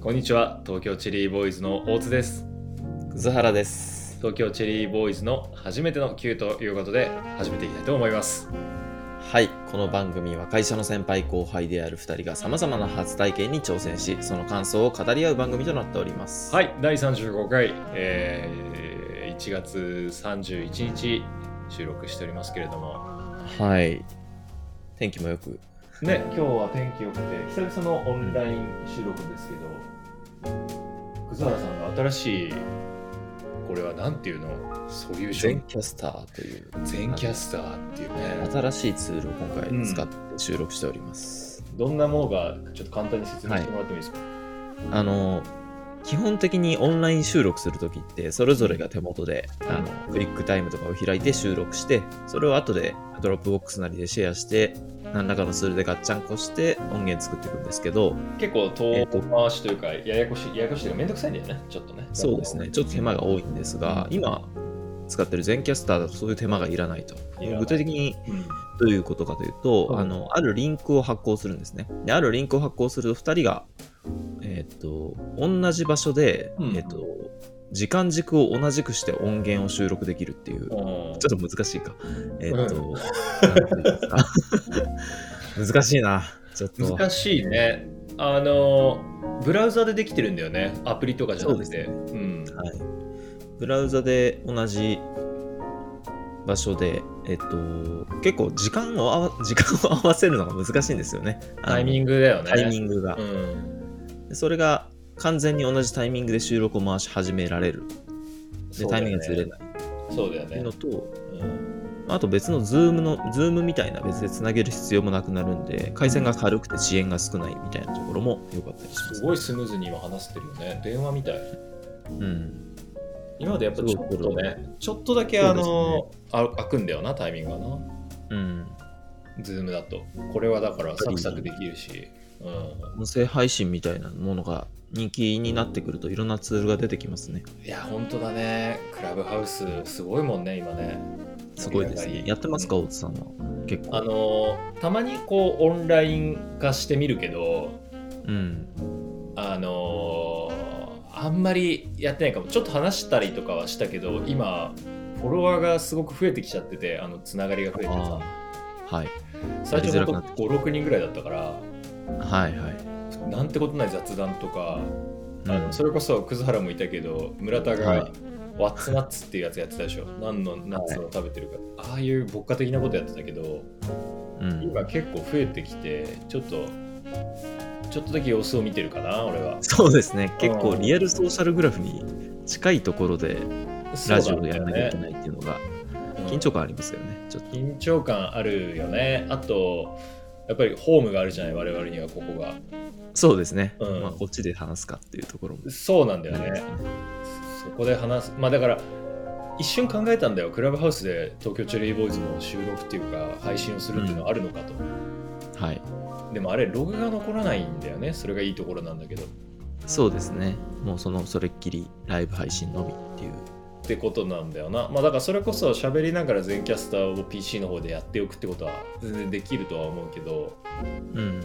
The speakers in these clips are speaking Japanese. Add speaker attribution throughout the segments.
Speaker 1: こんにちは東京チェリーボーイズの大津です
Speaker 2: 葛原です。
Speaker 1: 東京チェリーボーイズの初めての Q ということで始めていきたいと思います
Speaker 2: はい、この番組は会社の先輩後輩である2人がさまざまな初体験に挑戦し、その感想を語り合う番組となっております。
Speaker 1: はい第35回、えー1月31日収録しておりますけれども
Speaker 2: はい。天気もよく。
Speaker 1: ね
Speaker 3: 今日は天気良くて久々のオンライン収録ですけど葛原さんが
Speaker 1: 新しいこれはなんていうのソリューショ
Speaker 2: 全
Speaker 1: ン
Speaker 2: キャスターという
Speaker 1: 全キャスターっていうね
Speaker 2: 新しいツールを今回使って収録しております。
Speaker 1: どんなものがちょっと簡単に説明してもらってもいいですか、
Speaker 2: あの、基本的にオンライン収録するときって、それぞれが手元であのクリックタイムとかを開いて収録して、それを後でドロップボックスなりでシェアして、何らかのツールでガッチャンコして音源作っていくんですけど、
Speaker 1: 結構遠回しというかややこしいややこしいというかめんどくさいんだよねちょっとね
Speaker 2: そうですね、ちょっと手間が多いんですが、今使ってる全キャスターだとそういう手間がいらないと。
Speaker 1: いらない
Speaker 2: 具体的に
Speaker 1: うん
Speaker 2: どういうことかというと、
Speaker 1: うん
Speaker 2: あのあるリンクを発行するんですね。であるリンクを発行すると2人が、えー、と同じ場所で、
Speaker 1: うん
Speaker 2: えー、と時間軸を同じくして音源を収録できるっていう、ちょ
Speaker 1: うん
Speaker 2: っと難しいか。えっ、と、なんていうんですか 難しいな。ちょっと
Speaker 1: 難しいね。あの、ブラウザでできてるんだよね。アプリとかじゃなくて。
Speaker 2: そう
Speaker 1: うん。
Speaker 2: はい、ブラウザで同じ場所で、えっと、結構時間を合わ 時間を合わせるのが難しいんですよね。
Speaker 1: タイミ
Speaker 2: ン
Speaker 1: ングだよね。
Speaker 2: タイミングが
Speaker 1: う。ん。
Speaker 2: でそれが完全に同じタイミングで収録を回し始められる。で、
Speaker 1: そう
Speaker 2: タ
Speaker 1: だ
Speaker 2: イ
Speaker 1: よ
Speaker 2: ミン
Speaker 1: ね
Speaker 2: グがずれないっ
Speaker 1: そうだよ
Speaker 2: ていう
Speaker 1: ね
Speaker 2: の。と、あと別の Zoom の、Zoom みたいな別でつなげる必要もなくなるんで、回線が軽くて遅延が少ないみたいなところも良かったりしますす。
Speaker 1: ごいスムーズに今話せてるよね。電話みたい。
Speaker 2: うん。
Speaker 1: 今までやっぱちょっ
Speaker 2: す
Speaker 1: と
Speaker 2: ごいこれ
Speaker 1: ね、ちょっとだけあ
Speaker 2: そ
Speaker 1: の、あ開くんだよな、タイミングがな。
Speaker 2: うん。
Speaker 1: ズームだと。これはだからサクサクできるし。うん。
Speaker 2: 音声配信みたいなものが人気になってくるといろんなツールが出てきますね。
Speaker 1: いや、本当だね。クラブハウス、すごいもんね、今ね。
Speaker 2: すごいですね。やってますか、大津さんは。結
Speaker 1: あ
Speaker 2: 構。
Speaker 1: のたまにこうオンライン化してみるけど
Speaker 2: うん。
Speaker 1: あのーあんまりやってないかもちょっと話したりとかはしたけど今フォロワーがすごく増えてきちゃっててあのつながりが増えてき
Speaker 2: あ
Speaker 1: た
Speaker 2: ーはい。
Speaker 1: 最初
Speaker 2: やりづらくな
Speaker 1: の
Speaker 2: ってき
Speaker 1: 56人ぐらいだったから
Speaker 2: はいはい。
Speaker 1: なんてことない雑談とか、
Speaker 2: うん
Speaker 1: あのそれこそ葛原もいたけど村田が、
Speaker 2: はい
Speaker 1: ワッツナッツっていうやつやってたでしょ何のナッツを食べてるか、ああいう牧歌的なことやってたけど
Speaker 2: うん、
Speaker 1: 今結構増えてきてちょっとちょっとだけ様子を見てるかな俺は
Speaker 2: そうですね。結構リアルソーシャルグラフに近いところでラジオをやらなきゃいけないっていうのが緊張感ありますよね。ちょっと。
Speaker 1: 緊張感あるよねあとやっぱりホームがあるじゃない我々にはここが
Speaker 2: そうですね。
Speaker 1: うん
Speaker 2: まあ、こっちで話すかっていうところも。
Speaker 1: そうなんだよねそこで話すまあだから一瞬考えたんだよクラブハウスで東京チェリーボーイズの収録っていうか配信をするっていうのはあるのかと、
Speaker 2: はい。
Speaker 1: でもあれログが残らないんだよねそれがいいところなんだけどっ
Speaker 2: そうですね。もうそのそれっきりライブ配信のみっていう。
Speaker 1: てことなんだよなまあだからそれこそ喋りながら全キャスターを PC の方でやっておくってことは全然できるとは思うけど
Speaker 2: うん。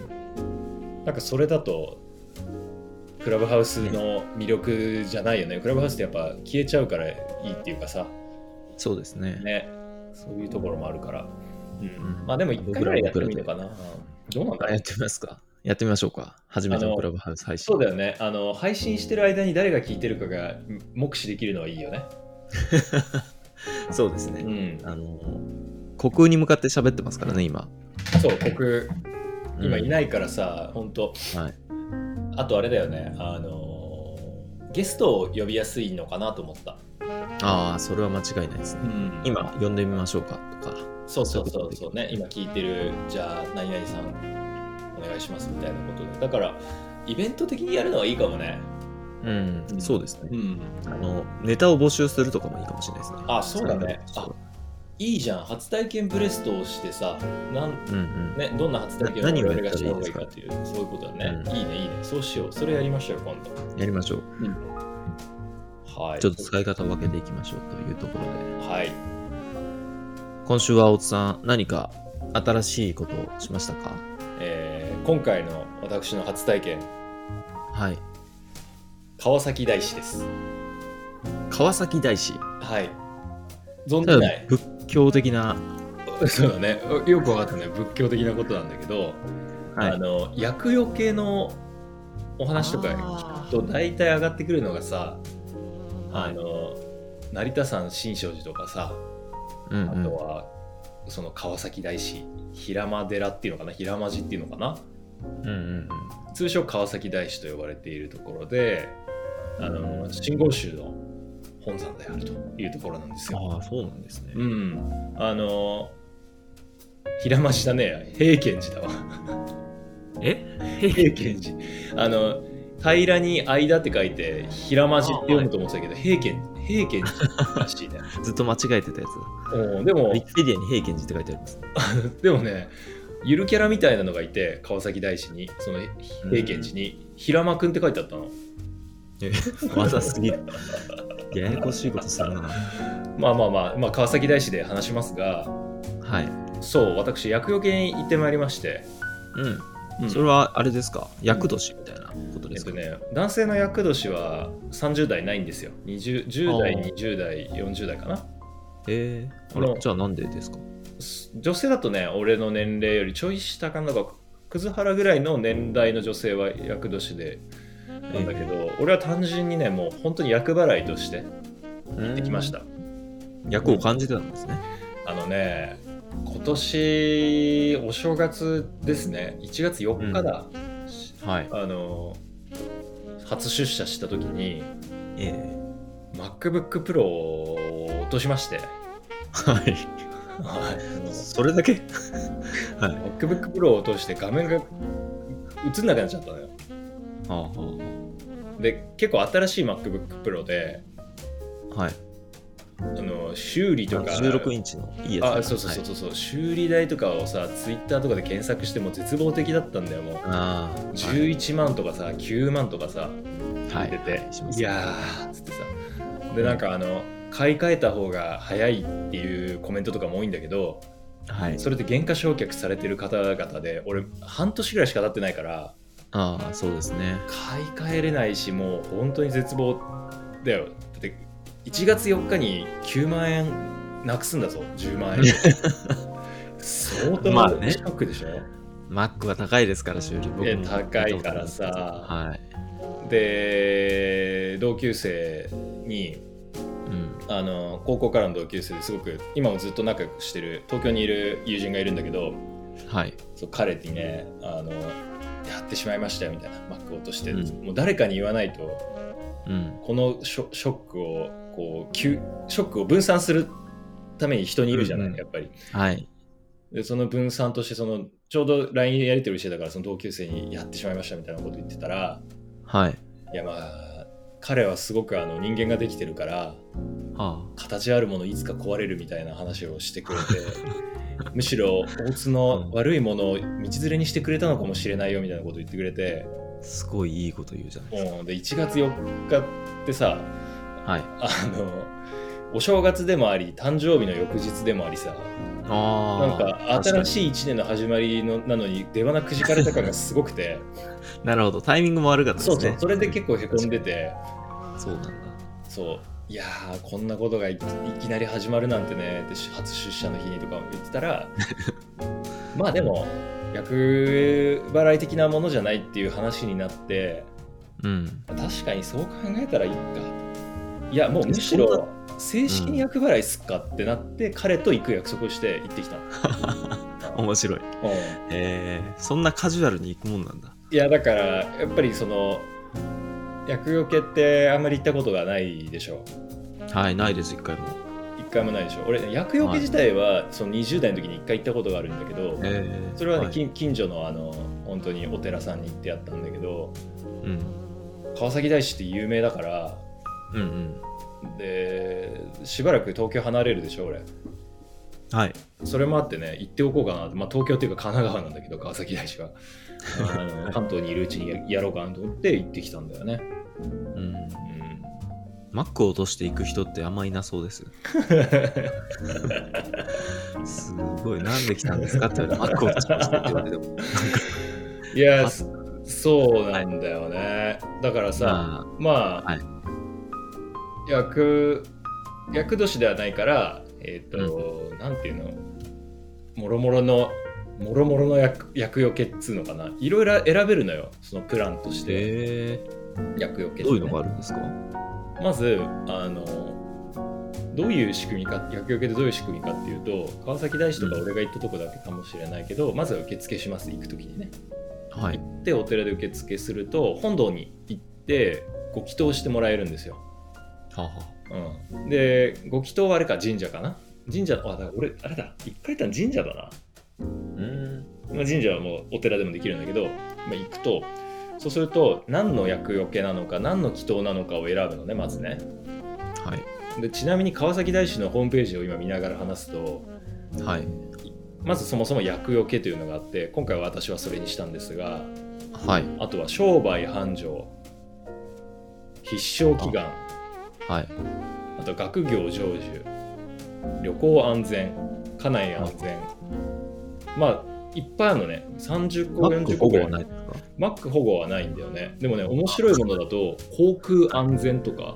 Speaker 1: なんかそれだとクラブハウスの魅力じゃないよね。クラブハウスってやっぱ消えちゃうからいいっていうかさ、
Speaker 2: そうですね。
Speaker 1: ね、そういうところもあるから。うん
Speaker 2: うん
Speaker 1: まあでも一回ぐらいやってみるのかな。どうなんだ
Speaker 2: あ
Speaker 1: ろ
Speaker 2: や
Speaker 1: う
Speaker 2: ってみますか。やってみましょうか。初めて
Speaker 1: あ
Speaker 2: の
Speaker 1: の
Speaker 2: クラブハウス配信。
Speaker 1: そうだよねあの。配信してる間に誰が聞いてるかが目視できるのはいいよね。
Speaker 2: そうです
Speaker 1: う
Speaker 2: ね。
Speaker 1: ん。
Speaker 2: あの、虚空に向かって喋ってますからね、今。
Speaker 1: そう、僕、今い
Speaker 2: い。
Speaker 1: ないからさ、本当
Speaker 2: はい。
Speaker 1: あとあれだよね。あのゲストを呼びやすいのかなと思った。
Speaker 2: ああ、それは間違いないです
Speaker 1: う
Speaker 2: ね。
Speaker 1: ん
Speaker 2: 今、呼んでみましょうかとか。
Speaker 1: そうそうそうそうね今聞いてるじゃあ何々さんお願いしますみたいなことでだからイベント的にやるのはいいかもね
Speaker 2: うん、
Speaker 1: うん
Speaker 2: そうですね。
Speaker 1: ん
Speaker 2: あの、ネタを募集するとかもいいかもしれないですね。
Speaker 1: あそうだね
Speaker 2: それが
Speaker 1: いいじゃん初体験ブレストをしてさなん、
Speaker 2: うんうん。
Speaker 1: ね、どんな初体験
Speaker 2: な何を
Speaker 1: 我々
Speaker 2: や
Speaker 1: が
Speaker 2: った
Speaker 1: し
Speaker 2: ら
Speaker 1: た
Speaker 2: い
Speaker 1: 方
Speaker 2: い
Speaker 1: が
Speaker 2: で
Speaker 1: いい
Speaker 2: すか
Speaker 1: かっていうそういうことだね、
Speaker 2: うん
Speaker 1: いいねいいねそうしようそれやりましょう今度
Speaker 2: やりましょう。
Speaker 1: はい
Speaker 2: ちょっと使い方を分けていきましょうというところで。
Speaker 1: はい
Speaker 2: 今週は大津さん、何か新しいことをしましたか
Speaker 1: えー今回の私の初体験
Speaker 2: はい。
Speaker 1: 川崎大師です。
Speaker 2: 川崎大師。
Speaker 1: はい。存
Speaker 2: た
Speaker 1: じ
Speaker 2: だ
Speaker 1: ない。
Speaker 2: 仏教的な、
Speaker 1: そうだね。よくわかったね。仏教的なことなんだけど、
Speaker 2: はい
Speaker 1: あの厄除けのお話とか聞くと大体上がってくるのがさ、あの成田山新勝寺とかさ、
Speaker 2: うん
Speaker 1: あ
Speaker 2: うん
Speaker 1: とはその川崎大師平間寺っていうのかな平間寺っていうのかな
Speaker 2: うんうん
Speaker 1: 通称川崎大師と呼ばれているところであ
Speaker 2: う
Speaker 1: の
Speaker 2: ん
Speaker 1: 信号宗の本山であるというところなんですよ。
Speaker 2: ああ、そうなんですね。
Speaker 1: うん、あの平間寺だね平賢寺だわ
Speaker 2: え
Speaker 1: 平賢寺あの平らに間って書いて平間寺って読むと思ってたけど平賢平賢寺ら しいね
Speaker 2: ずっと間違えてたやつだ。
Speaker 1: うんでも
Speaker 2: ウィキペディアに平賢寺って書いてあります。
Speaker 1: でもねゆるキャラみたいなのがいて川崎大師にその平賢寺に平間くんって書いてあったの
Speaker 2: わざすぎる。ややこしいことするな。
Speaker 1: まあまあまあ、まあ、川崎大師で話しますが
Speaker 2: はい。
Speaker 1: そう私厄除けに行ってまいりまして、
Speaker 2: うん。
Speaker 1: うん
Speaker 2: それはあれですか厄年みたいなこと
Speaker 1: え
Speaker 2: で
Speaker 1: っ
Speaker 2: す
Speaker 1: と
Speaker 2: か、
Speaker 1: ね、男性の厄年は30代ないんですよ。20 10代、
Speaker 2: あー
Speaker 1: 20代、40代かな。
Speaker 2: えー、あ
Speaker 1: こ
Speaker 2: ら
Speaker 1: の
Speaker 2: じゃあなんでですか
Speaker 1: す女性だとね、俺の年齢よりちょい下かな、なんか葛原ぐらいの年代の女性は厄年でなんだけど、俺は単純にね、もう本当に厄払いとして
Speaker 2: 行。
Speaker 1: できましたた。
Speaker 2: 役を感じてたんですね。
Speaker 1: あのね、今年お正月ですね、1月4日だ。
Speaker 2: はい。
Speaker 1: あの初出社した時に
Speaker 2: ええ
Speaker 1: MacBook Pro を落としまして、
Speaker 2: はい。
Speaker 1: はい、
Speaker 2: それだけはい。
Speaker 1: MacBook Pro を通して画面が映んなくなっちゃったのよ。
Speaker 2: はあは
Speaker 1: で、結構新しい MacBook Pro で、
Speaker 2: あ、はい。
Speaker 1: あの修理
Speaker 2: あ
Speaker 1: と
Speaker 2: の
Speaker 1: か、
Speaker 2: 16インチのいいやつ。
Speaker 1: あそうそうそう
Speaker 2: はい
Speaker 1: そうそう、修理代とかをさ、Twitter とかで検索しても絶望的だったんだよ、もう。
Speaker 2: ああ。
Speaker 1: 11万とかさ、9万とかさ、
Speaker 2: はい
Speaker 1: 出て、
Speaker 2: はいいします
Speaker 1: やーつってさ。で、なんかあの、買い替えた方が早いっていうコメントとかも多いんだけど、
Speaker 2: はい。
Speaker 1: それで原価償却されてる方々で、俺、半年ぐらいしか経ってないから、
Speaker 2: ああ、そうですね。
Speaker 1: 買い替えれないしもう本当に絶望だよだって1月4日に9万円なくすんだぞ10万円相当
Speaker 2: まあ
Speaker 1: な
Speaker 2: ね
Speaker 1: ショックでしょ、
Speaker 2: Mac は高いですから、修理。僕も
Speaker 1: え高いからさ
Speaker 2: はい。
Speaker 1: で同級生に
Speaker 2: うん。
Speaker 1: あの高校からの同級生ですごく今もずっと仲良くしてる東京にいる友人がいるんだけど
Speaker 2: はい。
Speaker 1: そう彼にねあのやってしまいましたよみたいなマック落として、
Speaker 2: うん
Speaker 1: もう誰かに言わないと
Speaker 2: うん。
Speaker 1: このショショックをこう急ショックを分散するために人にいるじゃない、
Speaker 2: うんうん
Speaker 1: やっぱり
Speaker 2: はい。
Speaker 1: でその分散としてそのちょうど LINE やり取りしてたからその同級生にやってしまいましたみたいなこと言ってたら
Speaker 2: はい。
Speaker 1: いやまあ彼はすごくあの人間ができてるから
Speaker 2: は
Speaker 1: 形あるものいつか壊れるみたいな話をして くれてむしろ大津の悪いものを道連れにしてくれたのかもしれないよみたいなこと言ってくれて
Speaker 2: あ。すごいいいこと言うじゃないです
Speaker 1: もうで1月4日ってさ
Speaker 2: か。はい。
Speaker 1: あのお正月でもあり誕生日の翌日でもありさ
Speaker 2: ああ。
Speaker 1: なんか新しい1年の始まりのなのに出花くじかれた感がすごくて
Speaker 2: なるほど、タイミングも悪かったで す
Speaker 1: そ
Speaker 2: ね。
Speaker 1: うそうそれで結構へこんでて
Speaker 2: そうなんだ。
Speaker 1: そういやーこんなことがいいきなり始まるなんてねって初出社の日にとか言ってた らまあでも役払い的なものじゃないっていう話になって
Speaker 2: うん。
Speaker 1: 確かにそう考えたらいいかいやもうむしろ正式に役払いすっかってなって、彼と行く約束をして行ってきたの、
Speaker 2: 面白い。
Speaker 1: うん
Speaker 2: えー、そんなカジュアルに行くもんなんだ。
Speaker 1: いやだからやっぱりその厄除けってあんまり行ったことがないでしょ
Speaker 2: はい、ないです、一回も。
Speaker 1: 一回もないでしょ俺厄除け自体はその20代の時に一回行ったことがあるんだけど、
Speaker 2: えー、
Speaker 1: それはね、
Speaker 2: い、
Speaker 1: 近近所のあの本当にお寺さんに行ってやったんだけど
Speaker 2: うん。
Speaker 1: 川崎大師って有名だから
Speaker 2: うんうん。
Speaker 1: でしばらく東京離れるでしょ俺
Speaker 2: はい。
Speaker 1: それもあってね、行っておこうかなって、まあ、東京っていうか神奈川なんだけど、川崎大師は。あの関東にいるうちにややろうかなと思って行ってきたんだよね。
Speaker 2: うん。
Speaker 1: うん
Speaker 2: Mac を落としていく人ってあんまいなそうです。すごい、なんで来たんですかって言われて、Mac を落としましたって言われても。
Speaker 1: いや、そそうなんだよね。だからさ、
Speaker 2: ま
Speaker 1: まあ、
Speaker 2: はい
Speaker 1: 役役年ではないから、えっ、と、なんていうの、もろもろの、もろもろの役役よけっつうのかな、いろいろ選べるのよ、そのプランと
Speaker 2: あ、
Speaker 1: して、
Speaker 2: え
Speaker 1: 役よけってね
Speaker 2: ー、どういうのがあるんですか
Speaker 1: まずあのどういう仕組みか薬局でどういう仕組みかっていうと川崎大師とか俺が行ったとこだけかもしれないけど、まずは受付します行く時にね
Speaker 2: はい。
Speaker 1: でお寺で受付すると本堂に行ってご祈祷してもらえるんですよ、
Speaker 2: はあは
Speaker 1: うん、でご祈祷はあれか神社かな神社あだから俺あれだ一回行ったの神社だな
Speaker 2: あ。うん。
Speaker 1: まあ、神社はもうお寺でもできるんだけど、まあ、行くとそうすると何の厄除けなのか何の祈祷なのかを選ぶのねまずね
Speaker 2: はい。
Speaker 1: でちなみに川崎大師のホームページを今見ながら話すと
Speaker 2: はい。
Speaker 1: まずそもそも厄除けというのがあって今回は私はそれにしたんですが
Speaker 2: はい。
Speaker 1: あとは商売繁盛必勝祈願あ
Speaker 2: はい。
Speaker 1: と学業成就旅行安全家内安全まあいっぱいあるのね30個
Speaker 2: マック
Speaker 1: 40
Speaker 2: 保
Speaker 1: 個
Speaker 2: 護
Speaker 1: ぐら
Speaker 2: はいないですか
Speaker 1: マック保護はないんだよねでもね面白いものだと航空安全とか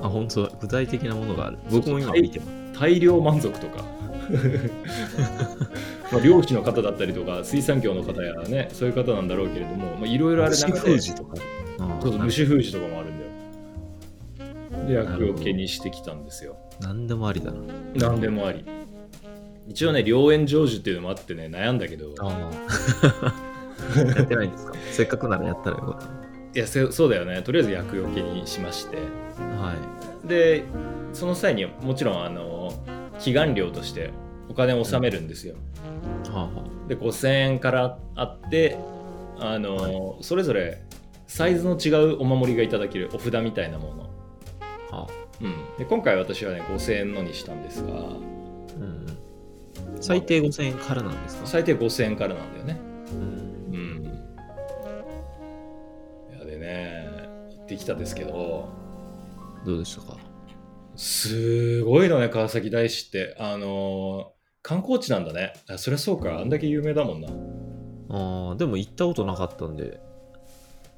Speaker 2: あ、本当だ。具体的なものがある。僕も今見てます。
Speaker 1: 大量満足とか まあ漁師の方だったりとか水産業の方やらねそういう方なんだろうけれどもまあいろいろあれ
Speaker 2: シ
Speaker 1: 中で
Speaker 2: フージとか。あ
Speaker 1: そうそう
Speaker 2: ー
Speaker 1: 虫封じとかもあるんだよで
Speaker 2: な
Speaker 1: 役
Speaker 2: るほど
Speaker 1: を気にしてきたんですよ
Speaker 2: なんでもありだな。
Speaker 1: 何でもあり一応ね良縁成就っていうのもあってね悩んだけど
Speaker 2: ああ。 やってないんですかせっかくならやったらよかっ
Speaker 1: いやせそうだよねとりあえず役よけにしまして
Speaker 2: た。はい。
Speaker 1: でその際にもちろんあの祈願料としてお金を納めるんですよ、
Speaker 2: はあは
Speaker 1: で5000円からあってあの、それぞれサイズの違うお守りがいただけるお札みたいなもの、
Speaker 2: あ。はあ。
Speaker 1: うん、で今回私はね5000円のにしたんですが
Speaker 2: うん。最低5000円からなんですか
Speaker 1: 最低5000円からなんだよね
Speaker 2: うん
Speaker 1: うんいやでね行ってきたですけど
Speaker 2: どうでしたか
Speaker 1: すごいのね川崎大師ってあの観光地なんだねあそりゃそうかあんだけ有名だもんな
Speaker 2: ああ、でも行ったことなかったんで、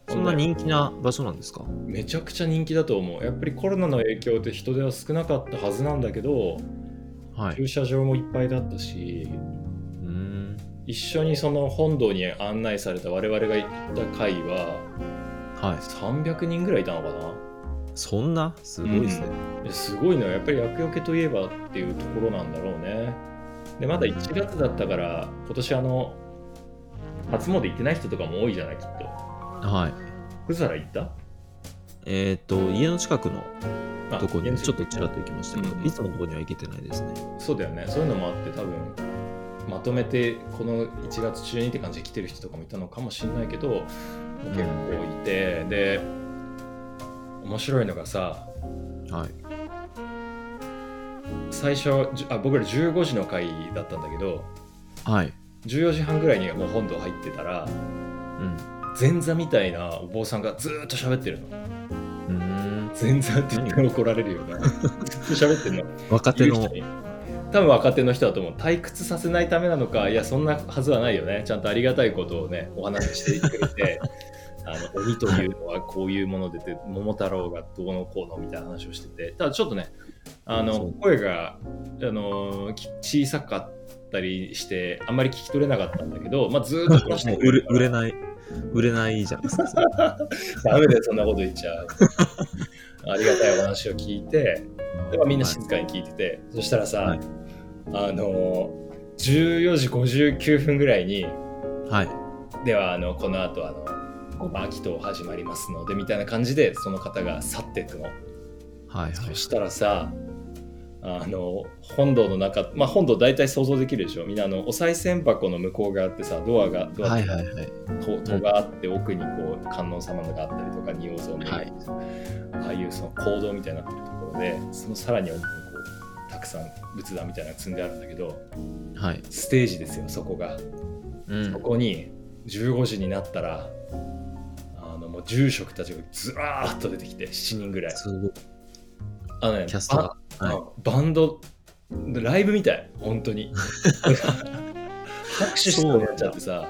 Speaker 2: そんな人気な場所なんですか
Speaker 1: めちゃくちゃ人気だと思うやっぱりコロナの影響で人手は少なかったはずなんだけど
Speaker 2: はい。
Speaker 1: 駐車場もいっぱいだったし
Speaker 2: うん。
Speaker 1: 一緒にその本堂に案内された我々が行った会は
Speaker 2: はい。
Speaker 1: 300人ぐらいいたのかな
Speaker 2: そんなすごいですね。
Speaker 1: いやすごいのはやっぱり厄除けといえばっていうところなんだろうねでまだ1月だったから今年あの初詣行ってない人とかも多いじゃないきっと
Speaker 2: はい。
Speaker 1: 福皿行った
Speaker 2: えっ、と、家の近くの
Speaker 1: あ
Speaker 2: とこ
Speaker 1: 現
Speaker 2: に
Speaker 1: 地
Speaker 2: ちょっとちらっと行きましたけど、
Speaker 1: うん
Speaker 2: いつものとこには行けてないですね。
Speaker 1: そうだよねそういうのもあって多分まとめてこの1月中にって感じで来てる人とかもいたのかもしれないけど結構いて、で面白いのがさ
Speaker 2: はい。
Speaker 1: 最初じゅあ僕ら15時の回だったんだけど
Speaker 2: はい。
Speaker 1: 14時半ぐらいにはもう本堂入ってたら
Speaker 2: うん。
Speaker 1: 前座みたいなお坊さんがずーっと喋ってるの
Speaker 2: うーん。
Speaker 1: 前座って言ったら怒られるよねずっと喋ってるの
Speaker 2: 若手
Speaker 1: 言う
Speaker 2: の
Speaker 1: 人。に多分若手の人だと思う退屈させないためなのかいやそんなはずはないよねちゃんとありがたいことをねお話ししてくれて あの鬼というのはこういうものでて桃太郎がどうのこうのみたいな話をしててただちょっとねあ
Speaker 2: そ
Speaker 1: の
Speaker 2: う
Speaker 1: 声があのき小さかったりしてあんまり聞き取れなかったんだけど、まあ、ずーっと話して
Speaker 2: もう
Speaker 1: くれ
Speaker 2: 売れ
Speaker 1: るから
Speaker 2: 売れない、売れないじゃない ですか。それ
Speaker 1: ダメだよそんなこと言っちゃうありがたいお話を聞いてでまあみんな
Speaker 2: はい
Speaker 1: 静かに聞いてて、そしたらさ、
Speaker 2: はい
Speaker 1: あのー14時59分ぐらいに
Speaker 2: はい。
Speaker 1: ではあのこの後あの5番祈祷始まりますのでみたいな感じでその方が去っていくの、
Speaker 2: はい。は
Speaker 1: そ
Speaker 2: い。
Speaker 1: したらさあの本堂の中まあ本堂大体想像できるでしょみんなあのお賽銭箱の向こう側ってさドアがドア
Speaker 2: は
Speaker 1: っ
Speaker 2: い。
Speaker 1: て
Speaker 2: はい。はい。
Speaker 1: と戸があって奥にこう観音様のがあったりとか仁王像みたいな、ああいうその講堂みたいになってるところでそのさらに奥にこうたくさん仏壇みたいなのが積んであるんだけど
Speaker 2: はい。
Speaker 1: ステージですよそこが、
Speaker 2: うん
Speaker 1: そ。こに15時になったらあのもう住職たちがずらーっと出てきて7人ぐらい
Speaker 2: すごい。
Speaker 1: あのね
Speaker 2: キャストが。
Speaker 1: バ,あ、
Speaker 2: は
Speaker 1: バンドライブみたい本当に拍手してもらっちゃってさ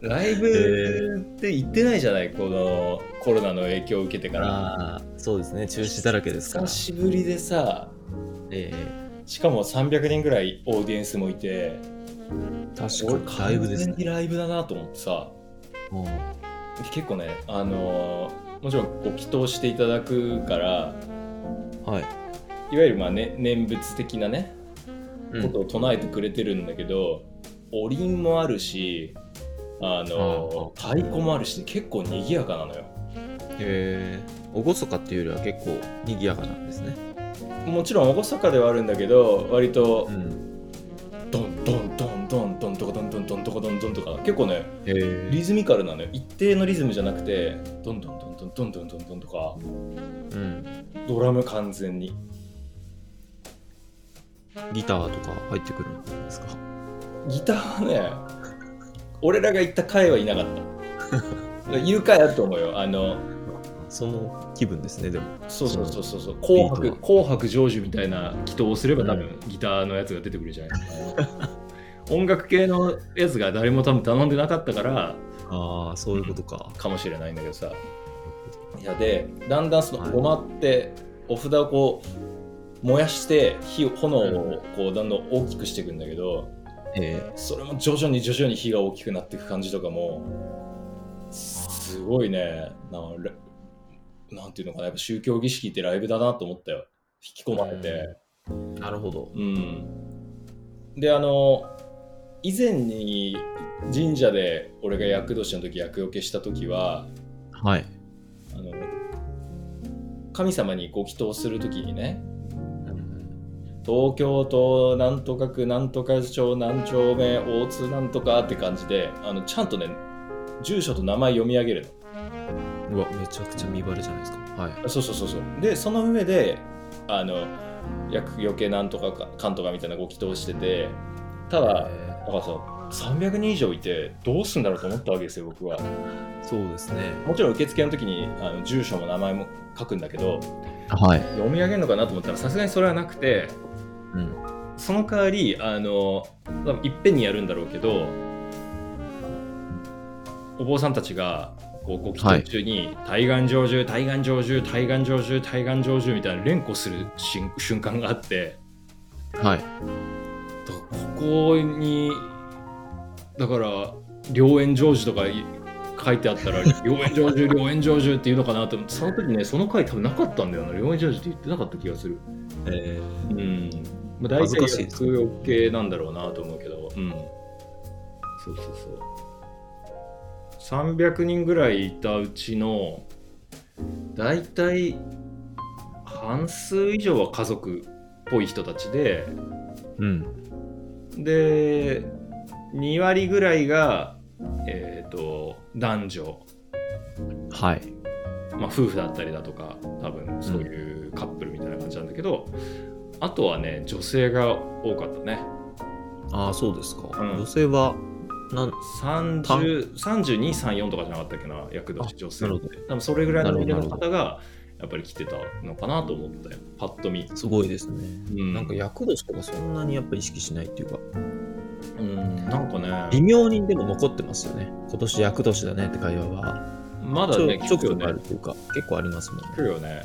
Speaker 1: ライブって行ってないじゃない、このコロナの影響を受けてから。
Speaker 2: ああ、そうですね。中止だらけですから
Speaker 1: 久。しぶりでさ、
Speaker 2: え
Speaker 1: しかも300人ぐらいオーディエンスもいて、
Speaker 2: え確かにライブです
Speaker 1: 完全
Speaker 2: ね。
Speaker 1: にライブだなと思ってさ、
Speaker 2: うん
Speaker 1: で結構ね、あのーもちろんご祈祷していただくから、
Speaker 2: はい。
Speaker 1: いわゆるまあ、ね、念仏的なね、
Speaker 2: う
Speaker 1: ことを唱えてくれてるんだけど、おりんもあるし、あのー太鼓もあるし、結構賑やかなのよ。
Speaker 2: えおごそかっていうよりは結構賑やかなんですね。
Speaker 1: もちろん厳かではあるんだけど割と
Speaker 2: ん。
Speaker 1: ドンドンドンドンドンとかドンドンドンとかドンドンとか結構ね
Speaker 2: へえ。
Speaker 1: リズミカルなのよ一定のリズムじゃなくてドンドンドンドンドンドンドンドンとか
Speaker 2: うん。
Speaker 1: ドラム完全に
Speaker 2: ギターとか入ってくるんですか。
Speaker 1: ギターはね俺らが行った回はいなかった言う回あると思うよあの
Speaker 2: その気分ですね、でも。
Speaker 1: そうそうそうそうそう
Speaker 2: ビ
Speaker 1: 紅
Speaker 2: ート
Speaker 1: 白紅白成就みたいな祈祷をすれば多分ギターのやつが出てくるじゃない音楽系のやつが誰も多分頼んでなかったから
Speaker 2: ああ、そういうことか。
Speaker 1: かもしれないんだけどさいやでだんだんそ
Speaker 2: はい
Speaker 1: のごまってお札をこう燃やして火を炎をこうだんだん大きくしていくんだけど
Speaker 2: え
Speaker 1: それも徐々に徐々に火が大きくなっていく感じとかもすごいねなんかなんていうのかなやっぱ宗教儀式ってライブだなと思ったよ引き込まれて。
Speaker 2: えなるほど。
Speaker 1: うん、であの以前に神社で俺が厄年の時厄除けした時は
Speaker 2: はい。
Speaker 1: あの神様にご祈祷する時にね東京都なんとか区なんとか町何丁目大津なんとかって感じであのちゃんとね住所と名前読み上げる
Speaker 2: うわ、めちゃくちゃ見バレじゃないですか。はい。
Speaker 1: のそうそうそうそうでその上であの厄除けなんとかかかんとかみたいなご祈祷しててただ
Speaker 2: え
Speaker 1: だからさ300人以上いてどうすんだろうと思ったわけですよ僕は
Speaker 2: えそうですね。
Speaker 1: もちろん受付の時にあの住所も名前も書くんだけど
Speaker 2: はい。
Speaker 1: 読み上げるのかなと思ったらさすがにそれはなくて
Speaker 2: うん。
Speaker 1: その代わりあの多分いっぺんにやるんだろうけどお坊さんたちがこうご祈祷中に「対岸成就対岸成就対岸成就対岸成就」みたいな連呼する瞬瞬間があって。
Speaker 2: はい。
Speaker 1: だからここにだから良縁成就とかい書いてあったら良縁成就良縁成就っていうのかなと思ってその時ねその回多分なかったんだよな良縁成就って言ってなかった気がする
Speaker 2: え
Speaker 1: うん、まあ、大
Speaker 2: 恥ず
Speaker 1: 体
Speaker 2: かしいです
Speaker 1: 通用系なんだろうなと思うけどうんそうそうそう300人ぐらいいたうちの大体半数以上は家族っぽい人たちで
Speaker 2: うん。
Speaker 1: で2割ぐらいが、えー、と男女、
Speaker 2: はい。
Speaker 1: まあ、夫婦だったりだとか多分そういうカップルみたいな感じなんだけど、あとはね女性が多かったね
Speaker 2: ああ、そうですか。
Speaker 1: ん
Speaker 2: 女性は、なん、
Speaker 1: 3234とかじゃなかったっけな役年女性
Speaker 2: なるほど。
Speaker 1: 多分それぐらいの年齢の
Speaker 2: なるほ
Speaker 1: 方がやっぱり来てたのかなと思ったよパッと見、
Speaker 2: すごいですね。
Speaker 1: うん
Speaker 2: なんか役年とかそんなにやっぱ意識しないっていうか、
Speaker 1: うんなんか
Speaker 2: 微
Speaker 1: ね
Speaker 2: 妙にでも残ってますよね。今年役年だねって会話は、
Speaker 1: まだ
Speaker 2: ちょ
Speaker 1: ね
Speaker 2: ちょ
Speaker 1: 聞く
Speaker 2: くちょ
Speaker 1: よ
Speaker 2: くある
Speaker 1: ね
Speaker 2: っていうか、結構ありますもんね
Speaker 1: 聞。くよね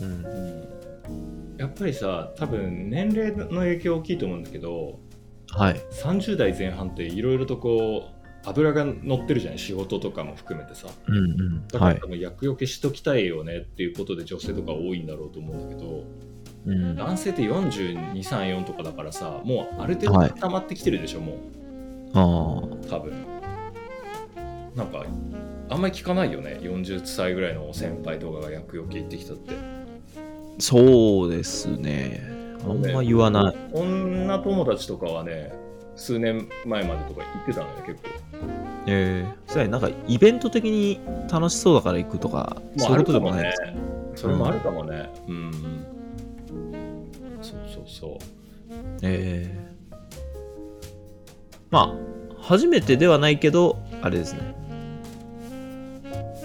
Speaker 2: うん。
Speaker 1: やっぱりさ多分年齢の影響大きいと思うんだけど
Speaker 2: はい。
Speaker 1: 30代前半っていろいろとこう油が乗ってるじゃない仕事とかも含めてさ
Speaker 2: うんう
Speaker 1: だから。多分厄除けしときたいよねっていうことで女性とか多いんだろうと思うんだけど
Speaker 2: うん、あ
Speaker 1: 男性って4234とかだからさもうある程度固まってきてるでしょ、も
Speaker 2: あ。
Speaker 1: う多分なんかあんまり聞かないよね40歳ぐらいの先輩とかが厄除け行ってきたって
Speaker 2: そうですね。あんま言わない。
Speaker 1: 女友達とかはね数年前までとか行ってたのよ結構
Speaker 2: ええそれなんかイベント的に楽しそうだから行くとか、
Speaker 1: ま
Speaker 2: そ
Speaker 1: あ、
Speaker 2: う
Speaker 1: あ
Speaker 2: いう
Speaker 1: る
Speaker 2: こと
Speaker 1: か
Speaker 2: で
Speaker 1: も
Speaker 2: もない
Speaker 1: ね
Speaker 2: です。。
Speaker 1: それもあるかもね。うん。そうそうそ
Speaker 2: ええまあ、初めてではないけど、あれですね。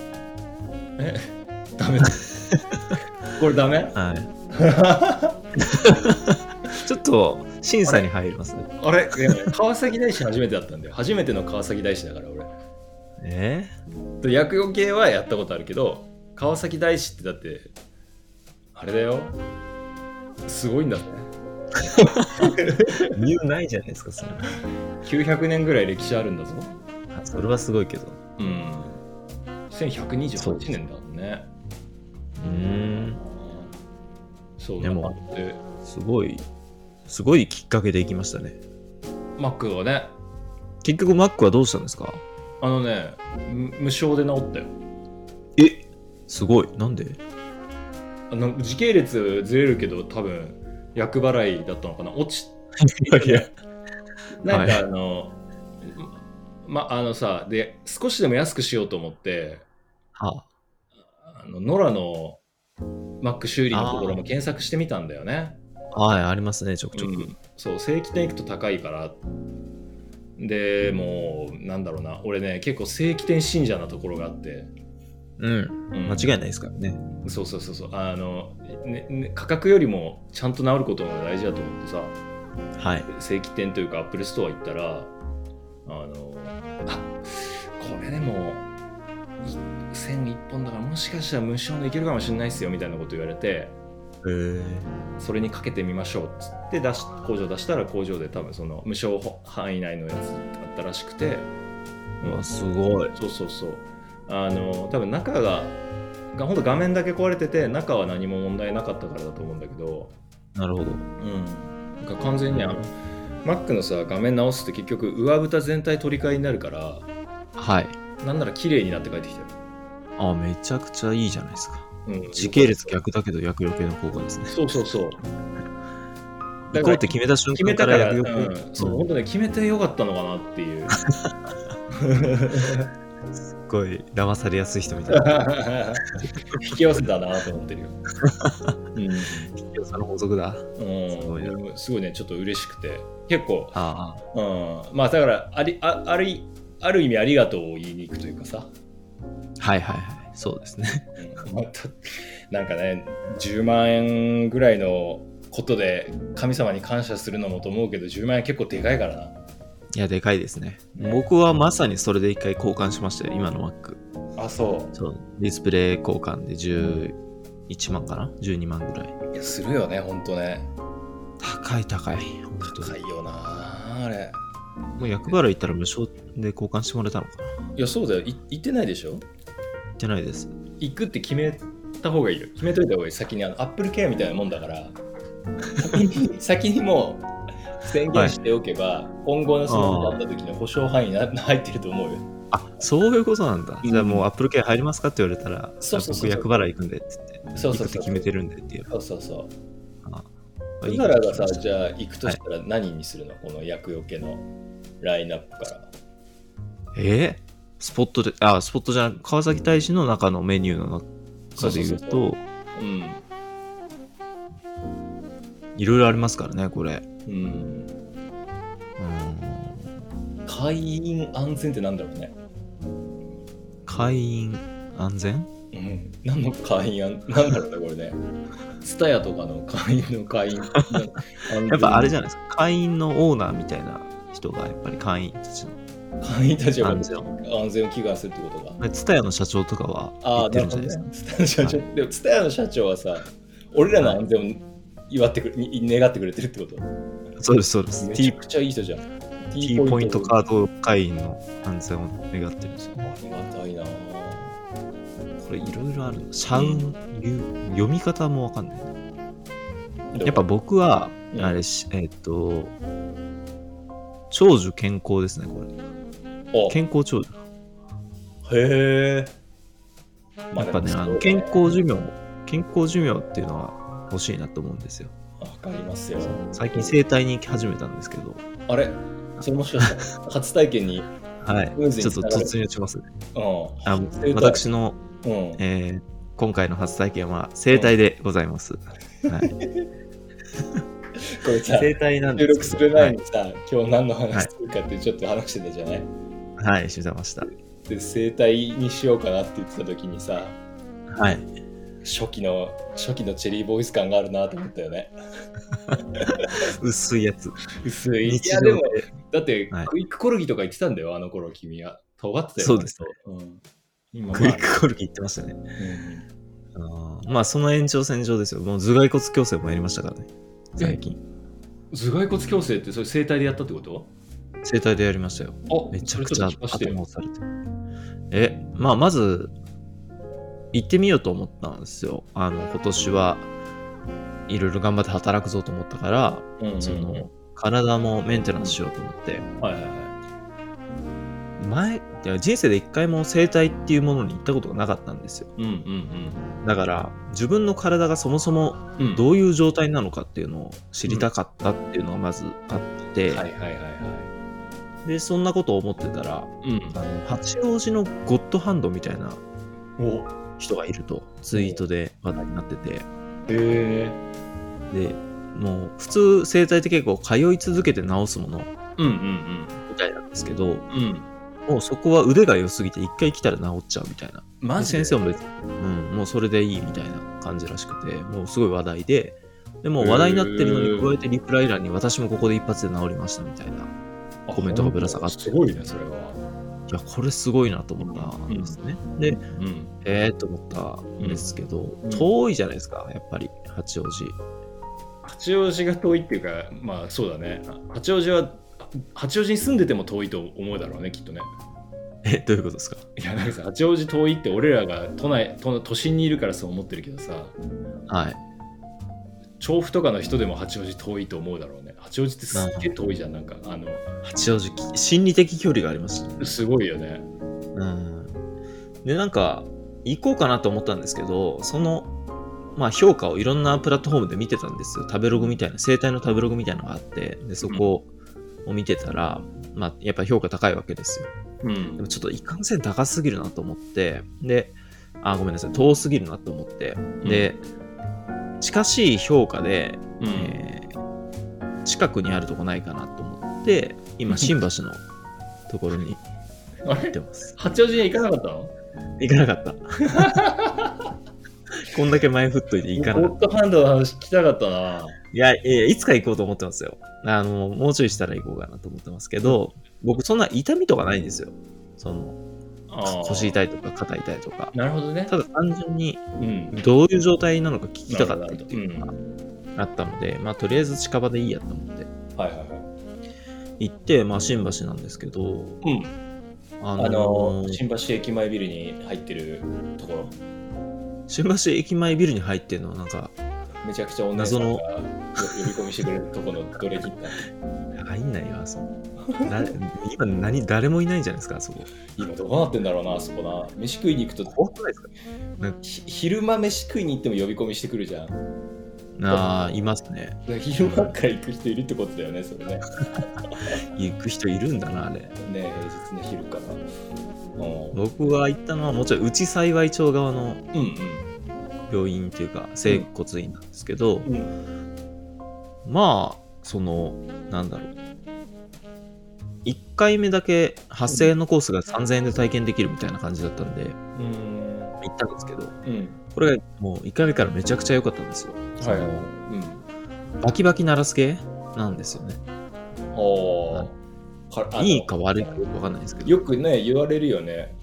Speaker 1: う。ダメ だ。これダメ
Speaker 2: はい。ちょっと審査に入りますね。
Speaker 1: あれいや川崎大師初めてだったんだよ。初めての川崎大師だから俺。
Speaker 2: ね。
Speaker 1: で薬用系はやったことあるけど川崎大師ってだってあれだよすごいんだって
Speaker 2: 理由ないじゃないですか、それ。
Speaker 1: 900年ぐらい歴史あるんだぞ
Speaker 2: あそれはすごいけど。
Speaker 1: うん1128年だもんね
Speaker 2: うーん。
Speaker 1: そう
Speaker 2: でも
Speaker 1: だって
Speaker 2: すごい、すごいきっかけで行きましたね。
Speaker 1: マックはね
Speaker 2: 結局、マックはどうしたんですか
Speaker 1: あのねむ無償で治ったよ
Speaker 2: えすごい。なんで
Speaker 1: あの時系列ずれるけど多分厄払いだったのかな落ち
Speaker 2: いやいや。
Speaker 1: なん
Speaker 2: は
Speaker 1: かあの、まあのさで少しでも安くしようと思って
Speaker 2: は
Speaker 1: あのノラのマック修理のところも検索してみたんだよね、
Speaker 2: あ、はい、ありますね、ちょくちょく。
Speaker 1: うんそう正規店行くと高いからでもうなんだろうな俺ね結構正規店信者なところがあって、
Speaker 2: うん。
Speaker 1: うん
Speaker 2: 間違いないですからね。
Speaker 1: そうそうそうそうあの、ねね価格よりもちゃんと治ることが大事だと思ってさ
Speaker 2: はい。
Speaker 1: 正規店というかアップルストア行ったらあのあこれでもい線1本だからもしかしたら無償でいけるかもしれないですよみたいなこと言われて
Speaker 2: へえ。
Speaker 1: それにかけてみましょうっつって出し工場出したら工場で多分その無償範囲内のやつだったらしくて
Speaker 2: うわ、すごい。
Speaker 1: そうそうそうあの多分中ががほんと画面だけ壊れてて中は何も問題なかったからだと思うんだけど
Speaker 2: なるほど。
Speaker 1: うん、なんか完全にあの Mac のさ画面直すって結局上蓋全体取り替えになるから
Speaker 2: はい。
Speaker 1: なんなら綺麗になって帰ってきて
Speaker 2: あ、めちゃくちゃいいじゃないですか。
Speaker 1: る、うん、
Speaker 2: 時系列逆だけど薬よけの効果ですね。
Speaker 1: そうそうそう
Speaker 2: 行こうって決めた瞬
Speaker 1: 決めた
Speaker 2: 間か
Speaker 1: からら、
Speaker 2: 薬
Speaker 1: う
Speaker 2: よけ。
Speaker 1: ん、そう本当ね決めてよかったのかなっていう
Speaker 2: すっごい騙されやすい人みたいな。
Speaker 1: 引き寄せたなと思って るよ、
Speaker 2: 強さの法則だ。
Speaker 1: うん
Speaker 2: すごいな
Speaker 1: うん、すごいねちょっと嬉しくて結構、
Speaker 2: あ
Speaker 1: うん、まあだからありああるある意味ありがとうを言いに行くというかさ
Speaker 2: あ、はいはいはい。そうですね。
Speaker 1: うんまたなんかね10万円ぐらいのことで神様に感謝するのもと思うけど10万円結構でかいからない
Speaker 2: や、でかいですね。
Speaker 1: ね
Speaker 2: 僕はまさにそれで一回交換しましたよ、今の Mac。
Speaker 1: あそ
Speaker 2: そうディスプレイ交換で11万かな ?12 万ぐらい。
Speaker 1: ういやするよねほんとね
Speaker 2: 高い高い。本当
Speaker 1: 高
Speaker 2: に
Speaker 1: いよなあれ
Speaker 2: もう役払い行ったら無償で交換してもらえたのかな行
Speaker 1: いやそうだよい行ってないでしょ
Speaker 2: ってないです。
Speaker 1: 行くって決めた方がいいよ決めといた方がいい先にあのアップルケアみたいなもんだから 先に先にもう宣言しておけば、今後のそうになった時の保証範囲にな入ってると思うよ
Speaker 2: あ、そういうことなんだ。
Speaker 1: うん
Speaker 2: じゃあもう Apple Care 入りますかって言われたら、
Speaker 1: そうそうそう
Speaker 2: あ僕役払い行くんでって言って、
Speaker 1: そう
Speaker 2: 行
Speaker 1: そう
Speaker 2: くって
Speaker 1: そう
Speaker 2: 決めてるんでって言えば。
Speaker 1: そうそうそう
Speaker 2: ああ
Speaker 1: う
Speaker 2: いい
Speaker 1: な
Speaker 2: こと
Speaker 1: ら
Speaker 2: 聞き
Speaker 1: が
Speaker 2: まし
Speaker 1: さ
Speaker 2: た、
Speaker 1: じゃあ行くとしたら何にするの、この厄除けのラインナップから。
Speaker 2: えースポットで、あ、スポットじゃなく川崎大使の中のメニューの中で言う
Speaker 1: そう
Speaker 2: と、
Speaker 1: うん。
Speaker 2: いろいろありますからね、これ。
Speaker 1: うん。
Speaker 2: うん
Speaker 1: 会員安全ってなんだろうね。
Speaker 2: 会員安全
Speaker 1: うん。何の会員安、なんだろうね、これ ね。ツタヤとかの会員の会員の安全。
Speaker 2: やっぱあれじ
Speaker 1: ゃ
Speaker 2: ゃないですか、会員のオーナーみたいな人がやっぱり会員たちの。
Speaker 1: 会員たちが
Speaker 2: 安全を
Speaker 1: 安全を祈願するってことが。
Speaker 2: ツタヤの社長とかは
Speaker 1: あ
Speaker 2: 言
Speaker 1: あ、
Speaker 2: っ
Speaker 1: な
Speaker 2: てる
Speaker 1: る
Speaker 2: んじ
Speaker 1: ほ
Speaker 2: ゃ
Speaker 1: どね
Speaker 2: ないです
Speaker 1: ツタヤ
Speaker 2: か。。
Speaker 1: の社長、でもツタヤの社長はさ、俺らの安全を祝ってくれ、に願ってくれてるってこと。
Speaker 2: そうです、そうです。
Speaker 1: めちゃ
Speaker 2: T,
Speaker 1: くちゃいい人じゃん。
Speaker 2: T ポイントカード会員の安全を願ってるんですよ。
Speaker 1: ありがたいなぁ。
Speaker 2: これいろいろある。社運、流読み方もわかんない。やっぱ僕は
Speaker 1: う、ん
Speaker 2: あれし、えっ、と、長寿健康ですね、これ。
Speaker 1: お
Speaker 2: 健康長寿。
Speaker 1: へえ。
Speaker 2: やっぱね、あの健康寿命、健康寿命っていうのは欲しいなと思うんですよ。
Speaker 1: わかりますよ。
Speaker 2: 最近整体に行き始めたんですけど、
Speaker 1: あれそれもしか したら、初体験に。うん。
Speaker 2: はい。
Speaker 1: ムーズに
Speaker 2: ちょっと
Speaker 1: つながる
Speaker 2: 突入しますね。あ
Speaker 1: 体
Speaker 2: 私の、
Speaker 1: うん。
Speaker 2: えー今回の初体験は整体でございます。 はい、
Speaker 1: これさ、
Speaker 2: 整体なん
Speaker 1: 収
Speaker 2: で
Speaker 1: 録
Speaker 2: す
Speaker 1: す
Speaker 2: け
Speaker 1: る
Speaker 2: ど。は
Speaker 1: 前
Speaker 2: い、
Speaker 1: にさ、今日何の話するかってちょっと話してたじゃない、
Speaker 2: はい、してました。
Speaker 1: で、生体にしようかなって言ってた時にさ、
Speaker 2: はい。
Speaker 1: 初期の、初期のチェリーボーイス感があるなと思ったよね。
Speaker 2: 薄いやつ。
Speaker 1: 薄い。い
Speaker 2: 日
Speaker 1: や、
Speaker 2: 常
Speaker 1: で
Speaker 2: で
Speaker 1: も、だって、
Speaker 2: はい
Speaker 1: クイックコルギとか言ってたんだよ、あの頃君は。尖ってたよ
Speaker 2: そうです。
Speaker 1: うん今、
Speaker 2: クイ
Speaker 1: ま
Speaker 2: ックコルキ行ってましたね。
Speaker 1: あうん
Speaker 2: あーまあ、その延長線上ですよ。もう頭蓋骨矯正もやりましたからね。最近。
Speaker 1: 頭蓋骨矯正ってそれ整体でやったってこと
Speaker 2: 整体でやりましたよ。
Speaker 1: あ
Speaker 2: めちゃくち
Speaker 1: それょ
Speaker 2: ゃ
Speaker 1: っと聞かせてよ
Speaker 2: 頭をされてる。え、まあ、まず、行ってみようと思ったんですよ。あの、今年はいろいろ頑張って働くぞと思ったから、
Speaker 1: うんうんうん
Speaker 2: その、体もメンテナンスしようと思って、
Speaker 1: はいはいは
Speaker 2: 前、いや人生で一回も整体っていうものに行ったことがなかったんですよ。
Speaker 1: い。うん
Speaker 2: だから、自分の体がそもそも
Speaker 1: うんうん。うん
Speaker 2: どういう状態なのかっていうのを知りたかったっていうのがまずあって、
Speaker 1: はいはいはいは
Speaker 2: でそんなことを思ってた
Speaker 1: い。
Speaker 2: らあの八王子のゴッドハンドみたいな
Speaker 1: うん。お
Speaker 2: 人がいるとツイートで話題になってて
Speaker 1: へえ。
Speaker 2: でもう普通整体って結構通い続けて治すもの
Speaker 1: うんうん
Speaker 2: みたいなんですけど
Speaker 1: うん。うん。
Speaker 2: もうそこは腕が良すぎて一回来たら治っちゃうみたいな
Speaker 1: マ
Speaker 2: で
Speaker 1: ジで
Speaker 2: 先生も別に、うん、もうそれでいいみたいな感じらしくてもうすごい話題ででもう話題になってるのに加えてリプライ欄に私もここで一発で治りましたみたいなコメントがぶら下がって
Speaker 1: あすごいね、それは。
Speaker 2: いや、これすごいなと思ったんですね。で、
Speaker 1: うん。
Speaker 2: えーと思ったんですけど、
Speaker 1: ん
Speaker 2: 遠いじゃないですか、やっぱり、八王子。
Speaker 1: 八王子が遠いっていうか、まあそうだね。八王子は、八王子に住んでても遠いと思うだろうね、きっとね。
Speaker 2: え、どういうことですか
Speaker 1: いや、なんかさ、八王子遠いって俺らが都内、都都心にいるからそう思ってるけどさ、
Speaker 2: はい。
Speaker 1: 調布とかの人でも八王子遠いと思うだろうね。八王子ってすっげえ遠いじゃん、なんか、あの、
Speaker 2: 八王子、き心理的距離があります、ね。
Speaker 1: すごいよね。
Speaker 2: うん。で、なんか、行こうかなと思ったんですけど、その、まあ、評価をいろんなプラットフォームで見てたんですよ。食べログみたいな、生態の食べログみたいなのがあって、で、そこを見てたら、まあ、やっぱ評価高いわけですよ。
Speaker 1: う
Speaker 2: で
Speaker 1: ん。
Speaker 2: もちょっといかんせん高すぎるなと思って、で、あ、ごめんなさい、遠すぎるなと思って、で、近しい評価で、
Speaker 1: うん。
Speaker 2: えー近くにあるとこないかなと思って、 今、新橋のところに
Speaker 1: あ
Speaker 2: 行っ
Speaker 1: れ
Speaker 2: てます。
Speaker 1: 八王子には行かなかったの
Speaker 2: 行かなかった。 こんだけ前振っといて行かなか
Speaker 1: ゴ
Speaker 2: っ
Speaker 1: ッ
Speaker 2: た。
Speaker 1: ドハンドの話聞きたかったな。
Speaker 2: いや、いやいつか行こうと思ってますよ。あの、もうちょいしたら行こうかなと思ってますけど、僕、そんな痛みとかないんですよ。その、
Speaker 1: あー
Speaker 2: 腰痛いとか肩痛いとか。
Speaker 1: なるほどね。
Speaker 2: ただ単純に
Speaker 1: うん。
Speaker 2: どういう状態なのか聞きたかったっていう
Speaker 1: な
Speaker 2: の
Speaker 1: る
Speaker 2: があったので、まあ、とりあえず近場でいいやと思って
Speaker 1: はいはいは
Speaker 2: 行って、まあ、新橋なんですけど、
Speaker 1: い。うん。
Speaker 2: あ
Speaker 1: あ
Speaker 2: の
Speaker 1: の、新橋駅前ビルに入ってるところ、
Speaker 2: 新橋駅前ビルに入ってるのはなんか
Speaker 1: めちゃくちゃ女の子が呼び込みしてくれるとこのどれ切った
Speaker 2: 入んないよあそこな今何誰もいないんじゃないですかあそこ
Speaker 1: 今どうなってんだろうな、あそこな。飯食いに行くと、
Speaker 2: 怖くないですか
Speaker 1: ひ昼間飯食いに行っても呼び込みしてくるじゃん。だか
Speaker 2: ああいますね
Speaker 1: ら昼間から行く人いるってことだよね、それね。
Speaker 2: 行く人いるんだなあれ
Speaker 1: ね平日の昼から。うんうん
Speaker 2: 僕が行ったのはもちろん内幸町側の
Speaker 1: うん
Speaker 2: 病院っていうか整骨院なんですけど、
Speaker 1: うん。
Speaker 2: まあそのなんだろう1回目だけ8000円のコースが3000円で体験できるみたいな感じだったんで
Speaker 1: うん。
Speaker 2: 行ったんですけど
Speaker 1: うん。
Speaker 2: これがもう1回目からめちゃくちゃ良かったんですよ、
Speaker 1: はいはい。
Speaker 2: そ
Speaker 1: うん。
Speaker 2: のバキバキ鳴らす系なんですよね
Speaker 1: お
Speaker 2: は
Speaker 1: ーかあの
Speaker 2: いいか悪いかよく分かんないですけど、
Speaker 1: よくね、言われるよね。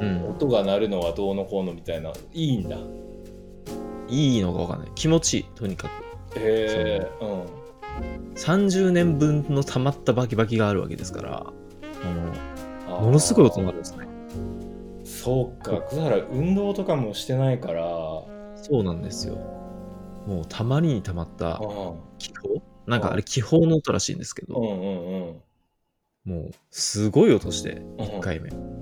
Speaker 2: うん、
Speaker 1: 音が鳴るのはどうのこうのみたいな。いいんだ。
Speaker 2: いいのか分かんない気持ちいいとにか
Speaker 1: へえ。うん。
Speaker 2: く30年分の溜まったバキバキがあるわけですから
Speaker 1: あ
Speaker 2: あ
Speaker 1: ー
Speaker 2: のものすごい音鳴るんですね
Speaker 1: そうか、く原運動とかもしてないから、
Speaker 2: そうなんですよもうたまりにたまった
Speaker 1: うん
Speaker 2: 気泡なんかあれ気泡の音らしいんですけ
Speaker 1: う
Speaker 2: ど、
Speaker 1: んうんうん。
Speaker 2: もうすごい音して
Speaker 1: うん
Speaker 2: 1回目、
Speaker 1: うん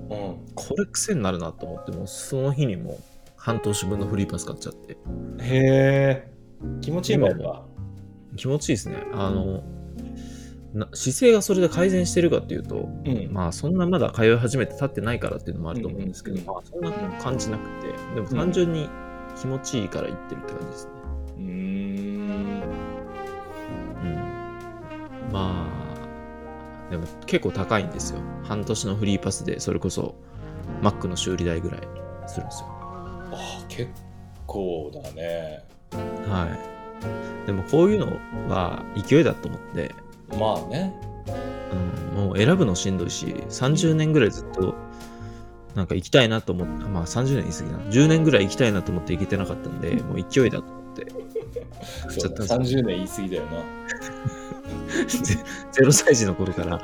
Speaker 2: これ癖になるなと思ってもうその日にもう半年分のフリーパス買っちゃって
Speaker 1: へえ。気持ちいいもんだ。
Speaker 2: 気持ちいいですねあの、な姿勢がそれで改善してるかっていうと
Speaker 1: うん。
Speaker 2: まあそんなまだ通い始めて立ってないからっていうのもあると思うんですけ
Speaker 1: う
Speaker 2: ど、
Speaker 1: んうんうん
Speaker 2: まあそんな感じなくてでも単純に気持ちいいから行ってるって感じですね、
Speaker 1: うーん。
Speaker 2: うん、まあでも結構高いんですよ半年のフリーパスでそれこそ Mac の修理代ぐらいするんですよ
Speaker 1: あー結構だね。
Speaker 2: はいでもこういうのは勢いだと思って
Speaker 1: まあね。
Speaker 2: うんもう選ぶのしんどいし、30年ぐらいずっと、なんか行きたいなと思って、まあ30年言い過ぎな、10年ぐらい行きたいなと思って行けてなかったんで、もう勢いだと思って、 買っちゃ
Speaker 1: そ
Speaker 2: っ
Speaker 1: う
Speaker 2: た
Speaker 1: だ
Speaker 2: んですよ
Speaker 1: 30年言い過ぎだよな。
Speaker 2: ゼゼロ歳児の頃から、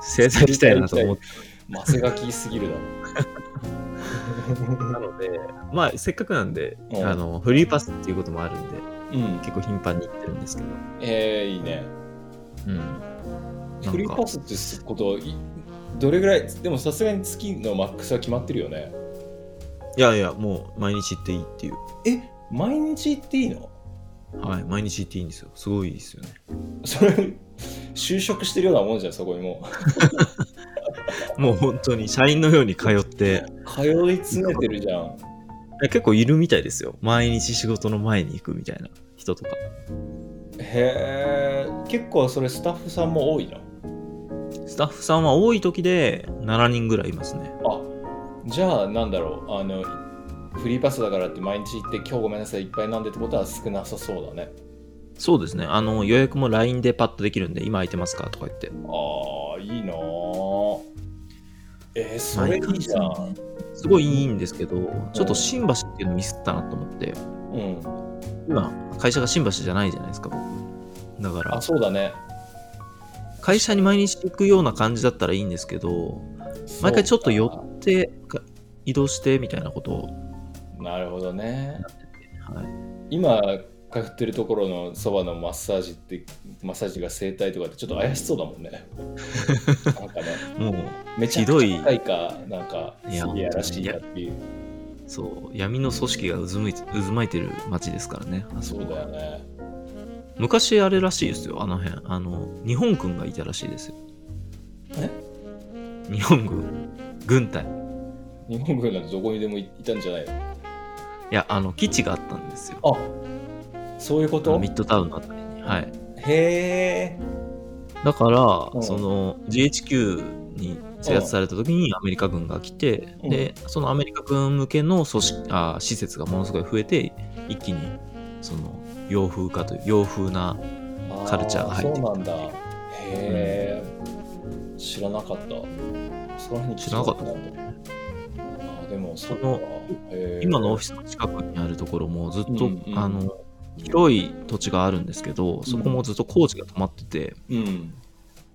Speaker 2: 生体行きたいなと思って
Speaker 1: マセガキすぎるだろ。
Speaker 2: たので、まあせっかくなんで、
Speaker 1: うん
Speaker 2: あの、フリーパスっていうこともあるんで、
Speaker 1: うん。
Speaker 2: 結構頻繁に行ってるんですけど、
Speaker 1: えー、いいね。
Speaker 2: うん。
Speaker 1: フリーパスってすこといどれぐらいでもさすがに月のマックスは決まってるよね
Speaker 2: いやいや、もう毎日行っていいっていう。
Speaker 1: え毎日行っていいの
Speaker 2: はい、毎日行っていいんですよ。すごいですよね。
Speaker 1: それ就職してるようなもんじゃんそこにも
Speaker 2: もう本当に社員のように通って、
Speaker 1: う通い詰めてるじゃん
Speaker 2: いや結構いるみたいですよ。毎日仕事の前に行くみたいな人とか。
Speaker 1: へえ結構それスタッフさんも多いじゃん
Speaker 2: スタッフさんは多い時で7人ぐらいいますね。
Speaker 1: あじゃあなんだろうあのフリーパスだからって毎日行って今日ごめんなさいいっぱい飲んでってことは少なさそうだね
Speaker 2: そうですね。あの、予約も LINE でパッとできるんで、今空いてますかとか言って。
Speaker 1: あーいいなーえー、それいいじゃん
Speaker 2: すごいいいんですけど、ちょっと新橋っていうのミスったなと思って。
Speaker 1: うん
Speaker 2: 今、会社が新橋じゃないじゃないですか、僕。だか
Speaker 1: あ
Speaker 2: ら、
Speaker 1: そうだね
Speaker 2: 会社に毎日行くような感じだったらいいんですけど、毎回ちょっと寄
Speaker 1: そうか
Speaker 2: って、か移動してみたいなことを
Speaker 1: なるほどね
Speaker 2: なってて、はい。
Speaker 1: 今通ってるところのそばのマッサージってマッサージが整体とかってちょっと怪しそうだもん ねなんかね
Speaker 2: もう、
Speaker 1: めちゃ
Speaker 2: ひど
Speaker 1: くち
Speaker 2: い
Speaker 1: ゃ高いかなんか
Speaker 2: いや
Speaker 1: すげえやらしいかっていう
Speaker 2: そう、闇の組織が渦巻いて渦巻いてる街ですからね。あ
Speaker 1: そ
Speaker 2: そ
Speaker 1: う
Speaker 2: こ
Speaker 1: だよね
Speaker 2: 昔あれらしいですよ、あの辺。あの、日本軍がいたらしいですよ。日本軍軍隊。
Speaker 1: 日本軍なんてどこにでもいいたんじゃないの
Speaker 2: いや、あの、基地があったんですよ。
Speaker 1: あそういうこ
Speaker 2: あの
Speaker 1: と
Speaker 2: ミッドタウンのあたりに。はい。
Speaker 1: へえ
Speaker 2: だから、
Speaker 1: うん
Speaker 2: その、GHQ に制圧された時にアメリカ軍が来て、
Speaker 1: うん
Speaker 2: で、そのアメリカ軍向けの組織あ施設がものすごい増えて、一気に、その、洋風化という、洋風な、カルチャーが入ってき
Speaker 1: そ
Speaker 2: た
Speaker 1: うなんだへえ、知らなかったそらに聞いこといあでもそっか
Speaker 2: その
Speaker 1: へえ
Speaker 2: 今のオフィスの近くにあるところもずっと、
Speaker 1: うんうん
Speaker 2: あの広い土地があるんですけどそこもずっと工事が止まってて、
Speaker 1: うん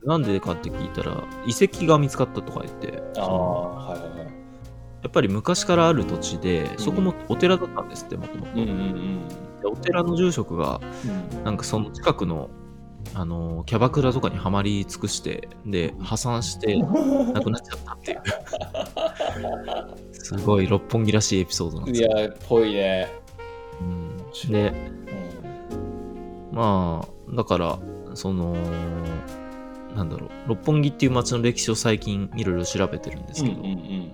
Speaker 2: なんでかって聞いたら遺跡が見つかったとか言って
Speaker 1: あ
Speaker 2: そ
Speaker 1: あ
Speaker 2: の
Speaker 1: はいはいはい
Speaker 2: やっぱり昔からある土地でそこもお寺だったんですってもともと
Speaker 1: うんうんうん
Speaker 2: でお寺の住職がなんかその近くのあのキャバクラとかにはまり尽くしてで破産して亡くなっちゃっ たっていうすごい六本木らしいエピソードなんで
Speaker 1: い
Speaker 2: すよ、
Speaker 1: やっぽいね、
Speaker 2: うん、でまあだからそのなんだろう六本木っていう街の歴史を最近いろいろ調べてるんですけど、
Speaker 1: ん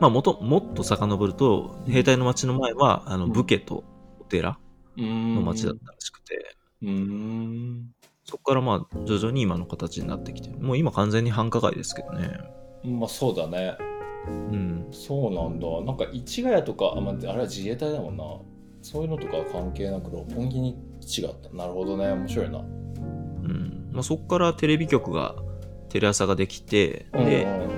Speaker 2: まあもともっと遡ると兵隊の街の前はあの
Speaker 1: うん
Speaker 2: 武家とお寺
Speaker 1: うん
Speaker 2: の街だったらしくて、
Speaker 1: うーん
Speaker 2: そこからまあ徐々に今の形になってきてもう今完全に繁華街ですけどね
Speaker 1: まあそうだね
Speaker 2: うん
Speaker 1: そうなんだなんか市ヶ谷とかあ,、まあ、あれは自衛隊だもんなそういうのとかは関係なく六本木に基地があったなるほどね面白いな
Speaker 2: うん、まあ、そこからテレビ局がテレ朝ができてで、
Speaker 1: うん
Speaker 2: まあ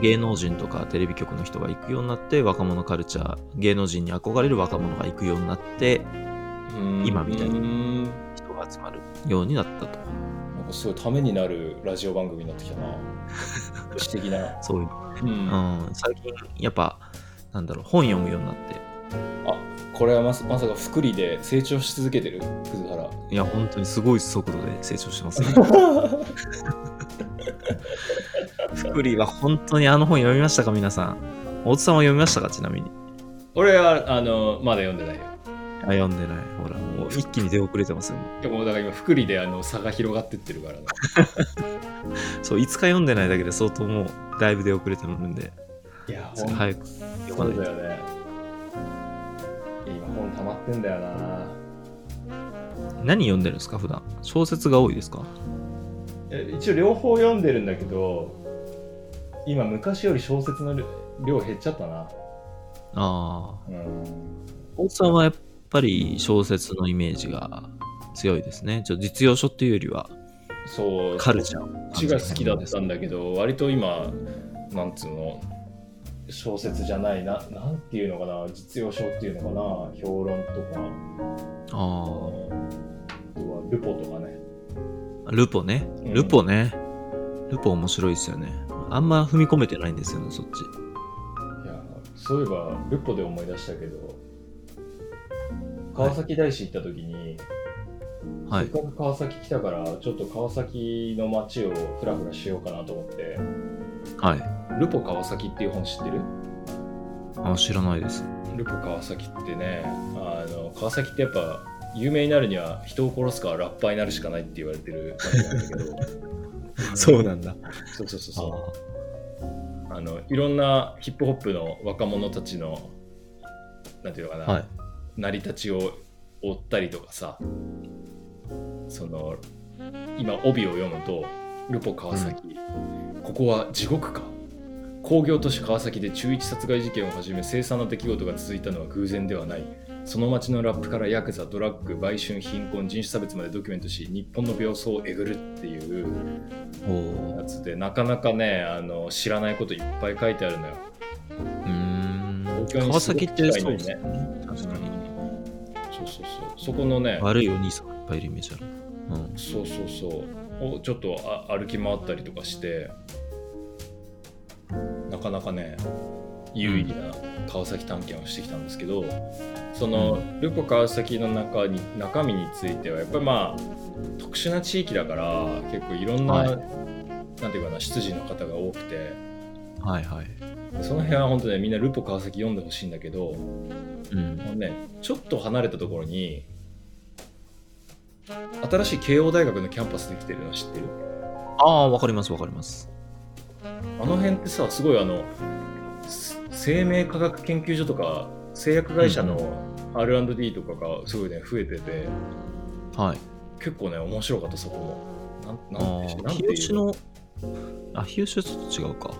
Speaker 2: 芸能人とかテレビ局の人が行くようになって若者カルチャー芸能人に憧れる若者が行くようになって
Speaker 1: うん
Speaker 2: 今みたいに
Speaker 1: うんな
Speaker 2: 人が集まるようになったと
Speaker 1: んかすごいためになるラジオ番組になってきた な知的な、
Speaker 2: そういう、
Speaker 1: うん
Speaker 2: うん、最近やっぱなんだろう本読むようになって
Speaker 1: あこれはまさまさか福利で成長し続けてる葛原
Speaker 2: いや本当にすごい速度で成長して ますね福利は本当にあの本読みましたか皆さん大津さんは読みましたかちなみに
Speaker 1: 俺はあのまだ読んでないよ
Speaker 2: あ読んでないほらもう一気に出遅れてますよも
Speaker 1: でもだから今福利であの差が広がってってるからね
Speaker 2: うそういつか読んでないだけで相当もうだいぶ出遅れてるんで
Speaker 1: いや
Speaker 2: それ早く読ま
Speaker 1: そ
Speaker 2: な
Speaker 1: う
Speaker 2: いと
Speaker 1: だよね今本溜まってんだよな
Speaker 2: 何読んでるんですか普段小説が多いですか
Speaker 1: え一応両方読んでるんだけど今昔より小説の量量減っちゃったな
Speaker 2: ああ
Speaker 1: うん
Speaker 2: 大津さんはやっぱり小説のイメージが強いですねちょ実用書っていうよりは
Speaker 1: そう
Speaker 2: カルチャーを
Speaker 1: こっ
Speaker 2: 感
Speaker 1: ち
Speaker 2: じ
Speaker 1: が
Speaker 2: る
Speaker 1: 好きだったんだけど割と今なんつうの小説じゃないななんていうのかな実用書っていうのかな評論とかあと
Speaker 2: あ
Speaker 1: はルポとかね
Speaker 2: あルポね
Speaker 1: うん
Speaker 2: ルポね、ルポ面白いですよねあんま踏み込めてないんですよねそっち
Speaker 1: いやそういえばルポで思い出したけど川崎大師行った時に、
Speaker 2: は
Speaker 1: せ
Speaker 2: い
Speaker 1: っかく川崎来たからちょっと川崎の街をふらふらしようかなと思って
Speaker 2: はい
Speaker 1: 「ルポ川崎」っていう本知ってる
Speaker 2: あ知らないです
Speaker 1: ルポ川崎ってねあの川崎ってやっぱ有名になるには人を殺すかラッパーになるしかないって言われてる街なんだけど
Speaker 2: そうなんだ
Speaker 1: そうそうそうそうあのいろんなヒップホップの若者たちのなんていうのかな、
Speaker 2: はい
Speaker 1: 成り立ちを追ったりとかさその今帯を読むと「ルポ川崎、ここは地獄か」工業都市川崎で中一殺害事件をはじめ凄惨な出来事が続いたのは偶然ではないその町のラップからヤクザドラッグ売春貧困人種差別までドキュメントし日本の病巣をえぐるっていう
Speaker 2: おお
Speaker 1: やつでなかなかねあの知らないこといっぱい書いてあるのよ
Speaker 2: うーん
Speaker 1: 東京に
Speaker 2: 川崎って
Speaker 1: す
Speaker 2: そ
Speaker 1: ご
Speaker 2: う
Speaker 1: く
Speaker 2: で
Speaker 1: 近
Speaker 2: す
Speaker 1: い
Speaker 2: ね確かに、
Speaker 1: そうそうそうそこのね
Speaker 2: 悪いお兄さんがいっぱいいるイメージあるうん
Speaker 1: そうそうそうをちょっとあ歩き回ったりとかしてなかなかね有意義な川崎探検をしてきたんですけど、そのルポ川崎の中に中身についてはやっぱりまあ特殊な地域だから結構いろんな、
Speaker 2: はい
Speaker 1: なんていうかな出自の方が多くて
Speaker 2: はいはい
Speaker 1: その辺は本当ねみんなルポ川崎読んでほしいんだけど、
Speaker 2: うん
Speaker 1: もうね、ちょっと離れたところに新しい慶応大学のキャンパスできてるの知ってる
Speaker 2: ああわかりますわかります
Speaker 1: あの辺ってさすごいあのす生命科学研究所とか製薬会社の R&D とかがすごいね増えてて
Speaker 2: はい
Speaker 1: 結構ね面白かったそこも。なん
Speaker 2: あ
Speaker 1: なんて
Speaker 2: ー
Speaker 1: なんて
Speaker 2: 日
Speaker 1: いう
Speaker 2: 吉のあ日吉はちょっと違うか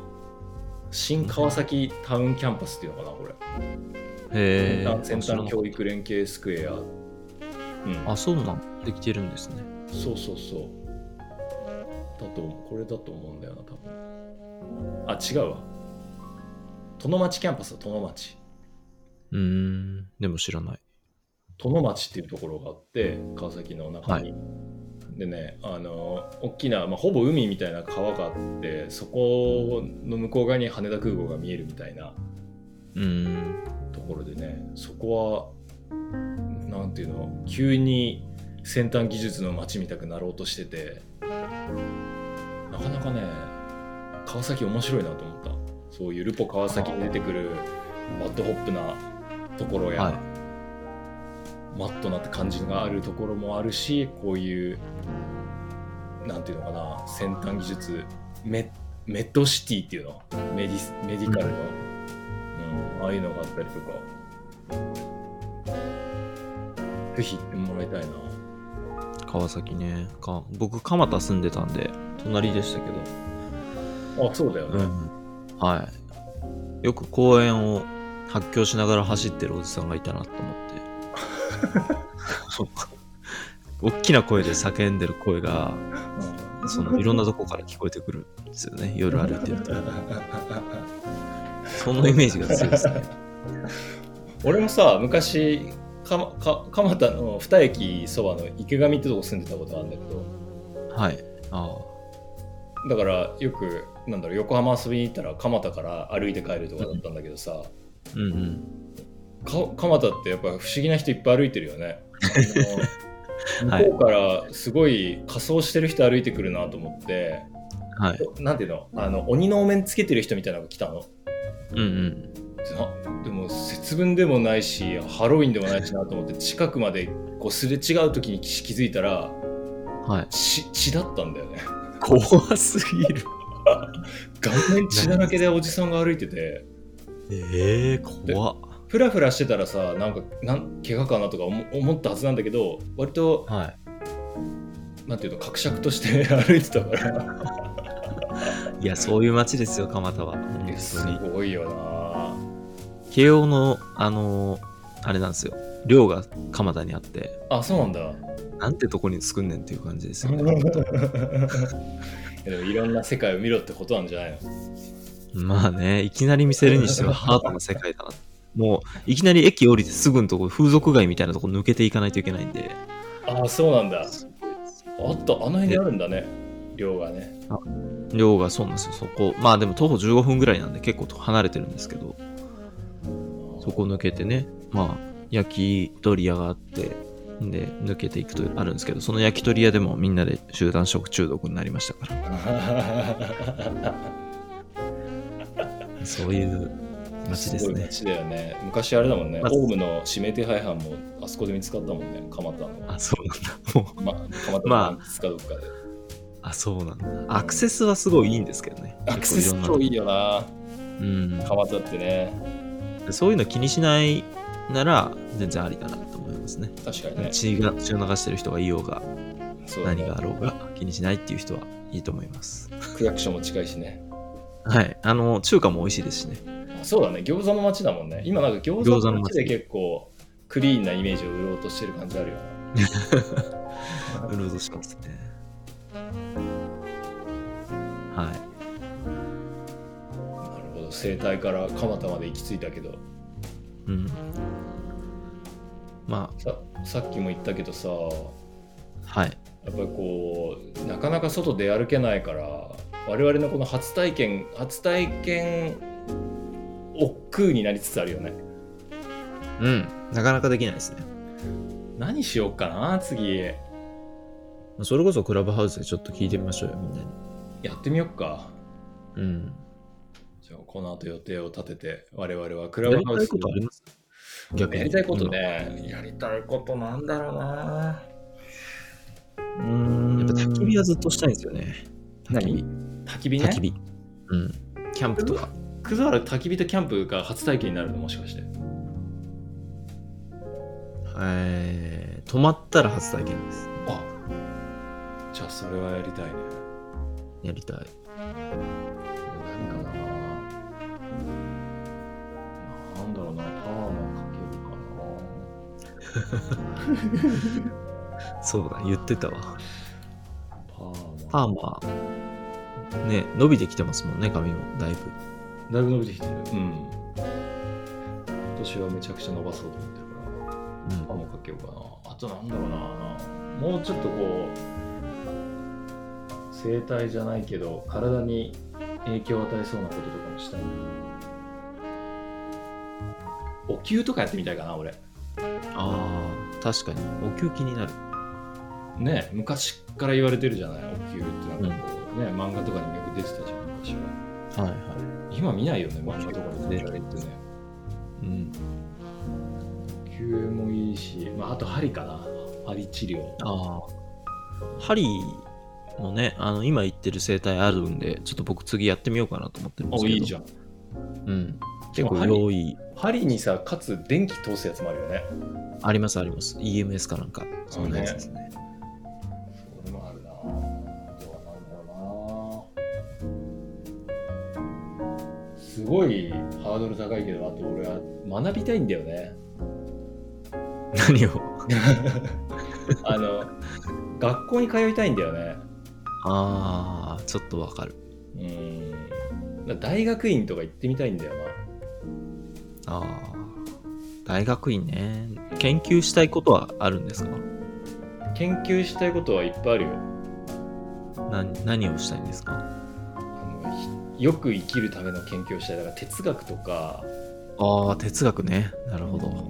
Speaker 1: 新川崎タウンキャンパスっていうのかなこれ、
Speaker 2: へえ
Speaker 1: 先端教育連携スクエア、うん、
Speaker 2: あそうなんできてるんですね
Speaker 1: そうそうそう。だと、これだと思うんだよな、多分。あ、違うわ。殿町キャンパスだ、殿町。
Speaker 2: うーんでも知らない
Speaker 1: 殿町っていうところがあって、川崎の中に。でね、あの、大きな、まあ、ほぼ海みたいな川があって、そこの向こう側に羽田空港が見えるみたいな
Speaker 2: うーん
Speaker 1: ところでね、そこは、なんていうの、急に先端技術の街みたくなろうとしてて、なかなかね、川崎面白いなと思った。そういうルポ川崎に出てくるバッドホップなところや、
Speaker 2: はい
Speaker 1: マットなって感じがあるところもあるし、こういう、なんていうのかな、先端技術、メメッドシティっていうの、メディスメディカルの、うんああいうのがあったりとか、ぜひ行ってもらいたいな。
Speaker 2: 川崎ねか僕蒲田住んでたんで隣でしたけど
Speaker 1: あ、そうだよね。
Speaker 2: うんはいよく公園を発狂しながら走ってるおじさんがいたなと思 って大きな声で叫んでる声がそのいろんなとこから聞こえてくるんですよね夜歩いてるとそのイメージが強いですね
Speaker 1: 俺もさ昔かまか蒲田の二駅そばの池上ってとこ住んでたことあるんだけど
Speaker 2: はいあ
Speaker 1: だからよくなんだろう横浜遊びに行ったら蒲田から歩いて帰るとかだったんだけどさ、
Speaker 2: あうんうん
Speaker 1: か蒲田ってやっぱ不思議な人いっぱい歩いてるよ ね。あの
Speaker 2: はい
Speaker 1: 向こうからすごい仮装してる人歩いてくるなと思って、
Speaker 2: はい
Speaker 1: なんていうのあの鬼のお面つけてる人みたいなのが来たの
Speaker 2: うんうん
Speaker 1: なでも節分でもないしハロウィンでもないしなと思って近くまでこうすれ違う時に気づいたら
Speaker 2: はい
Speaker 1: 血血だったんだよね
Speaker 2: 怖すぎる
Speaker 1: 顔面血だらけでおじさんが歩いてて
Speaker 2: ええ怖っ
Speaker 1: フラフラしてたらさなんかなん怪我かなとか思思ったはずなんだけど割と
Speaker 2: はい
Speaker 1: なんていうのかくしゃくとして歩いてたから
Speaker 2: いやそういう街ですよ蒲田は本
Speaker 1: えす
Speaker 2: 当に
Speaker 1: ごいよな
Speaker 2: 慶応のあのーあれなんですよ寮が蒲田にあって
Speaker 1: あそうなんだ
Speaker 2: なんてとこに作んねんっていう感じですよね。
Speaker 1: いやでもいろんな世界を見ろってことなんじゃないの
Speaker 2: まあね、いきなり見せるにしてはハードな世界だな。もう、いきなり駅降りてすぐのとこ、風俗街みたいなとこ抜けていかないといけないんで。
Speaker 1: ああそうなんだあったあの辺にあるんだね量がね
Speaker 2: 量がそうなんですよ、そこ。まあでも徒歩15分ぐらいなんで結構離れてるんですけど、そこ抜けて ね、まあ、焼き鳥屋があって、で、抜けていくとあるんですけど、その焼き鳥屋でもみんなで集団食中毒になりましたから、そういう街ですす
Speaker 1: ごい
Speaker 2: ね。
Speaker 1: 街だよね昔あれだもんね、
Speaker 2: まあ
Speaker 1: オウムの指名手配犯もあそこで見つかったもんね蒲田の
Speaker 2: あ、そうなんだ。もう、
Speaker 1: ま蒲田
Speaker 2: まあ
Speaker 1: のつかどっかで、
Speaker 2: あ、そうなんだ。アクセスはすごいいいんですけどね。
Speaker 1: アクセス
Speaker 2: 結構
Speaker 1: 超い
Speaker 2: い
Speaker 1: いよな
Speaker 2: ろんな。
Speaker 1: 蒲田ってね
Speaker 2: うん。そういうの気にしないなら、全然ありだなと思いますね。
Speaker 1: 確かにね
Speaker 2: 血が血を流してる人がいようが、
Speaker 1: そうだね
Speaker 2: 何があろうが気にしないっていう人はいいと思います。
Speaker 1: 区役所も近いしね
Speaker 2: はい。あの、中華も美味しいですしね。
Speaker 1: そうだね餃子の街だもんね今なんか餃
Speaker 2: 餃
Speaker 1: 子
Speaker 2: 子
Speaker 1: の
Speaker 2: の
Speaker 1: 街
Speaker 2: 街
Speaker 1: で結構クリーンなイメージを売ろうとしてる感じあるよね
Speaker 2: うるうとしますね。はい。
Speaker 1: なるほど生態から蒲田まで行き着いたけど
Speaker 2: うん。ま
Speaker 1: ささっきも言ったけどさ
Speaker 2: あ、はい。
Speaker 1: やっぱりこうなかなか外出歩けないから我々のこの初体験初体験億劫になりつつあるよね
Speaker 2: うん。なかなかできないですね。
Speaker 1: 何しようかな次や
Speaker 2: それこそクラブハウスでちょっと聞いてみましょうよ、みんなに。
Speaker 1: ってみようか
Speaker 2: うん。
Speaker 1: じゃあこの後予定を立てて我々はクラ
Speaker 2: や
Speaker 1: ブ
Speaker 2: り
Speaker 1: ハ
Speaker 2: た
Speaker 1: ウ
Speaker 2: い
Speaker 1: ス
Speaker 2: ことあります逆に。
Speaker 1: やりたいことねやりたいことなんだろうなう
Speaker 2: うん。
Speaker 1: ん
Speaker 2: やっぱ焚き火はずっとしたいんですよね。焚き火。
Speaker 1: 焚き火ね
Speaker 2: 焚き火。うん。キャンプとか。
Speaker 1: クズワラ焚き火とキャンプが初体験になるのもしかして
Speaker 2: えー、泊まったら初体験です。
Speaker 1: あじゃあそれはやりたいね
Speaker 2: やりたい。
Speaker 1: 何かななんだろうなパワーもかけるか
Speaker 2: そうだ、言ってたわ。
Speaker 1: なパワーも
Speaker 2: パーマー、ね、伸びてきてますもんね、髪も、だいぶ。
Speaker 1: だいぶ伸びてきてるうん今年はめちゃくちゃ伸ばそうと思ってるから
Speaker 2: うん
Speaker 1: パワーもかけようかなあとなんだろうなもうちょっとこう生態じゃないけど体に影響を与えそうなこととかもしたいなお灸とかやってみたいかな俺
Speaker 2: ああ、確かに。お給気になる。
Speaker 1: ね昔から言われてるじゃないお灸ってなんかこう、ね漫画とかにもよく出てたじゃん昔は
Speaker 2: はいは
Speaker 1: 今見ないよね漫画とかに出られてね
Speaker 2: い。うん。
Speaker 1: お灸もいいし、まあ、あと針かな針治療
Speaker 2: ああ。針もね、あの、今言ってる生態あるんで、ちょっと僕次やってみようかなと思ってるんです
Speaker 1: お
Speaker 2: けど。
Speaker 1: いいじゃん
Speaker 2: ん。うん。結
Speaker 1: でも
Speaker 2: 構
Speaker 1: 針
Speaker 2: 用意、
Speaker 1: 針にさかつ電気通すやつもあるよね
Speaker 2: ありますあります。EMS かなんか、そんなやつですね。
Speaker 1: それもあるなあとはなんだろうなすごいハードル高いけどあと俺は学びたいんだよね
Speaker 2: 何を
Speaker 1: あの学校に通いたいんだよね
Speaker 2: ああ、ちょっとわかる。
Speaker 1: うんだ大学院とか行ってみたいんだよ
Speaker 2: ああ。大学院ね。研究したいことはあるんですか
Speaker 1: な研究したいことはいっぱいあるよ
Speaker 2: 何何をしたいんですか
Speaker 1: あのひよく生きるための研究をしたいだから哲学とか
Speaker 2: ああ、哲学ね。なるほど。
Speaker 1: な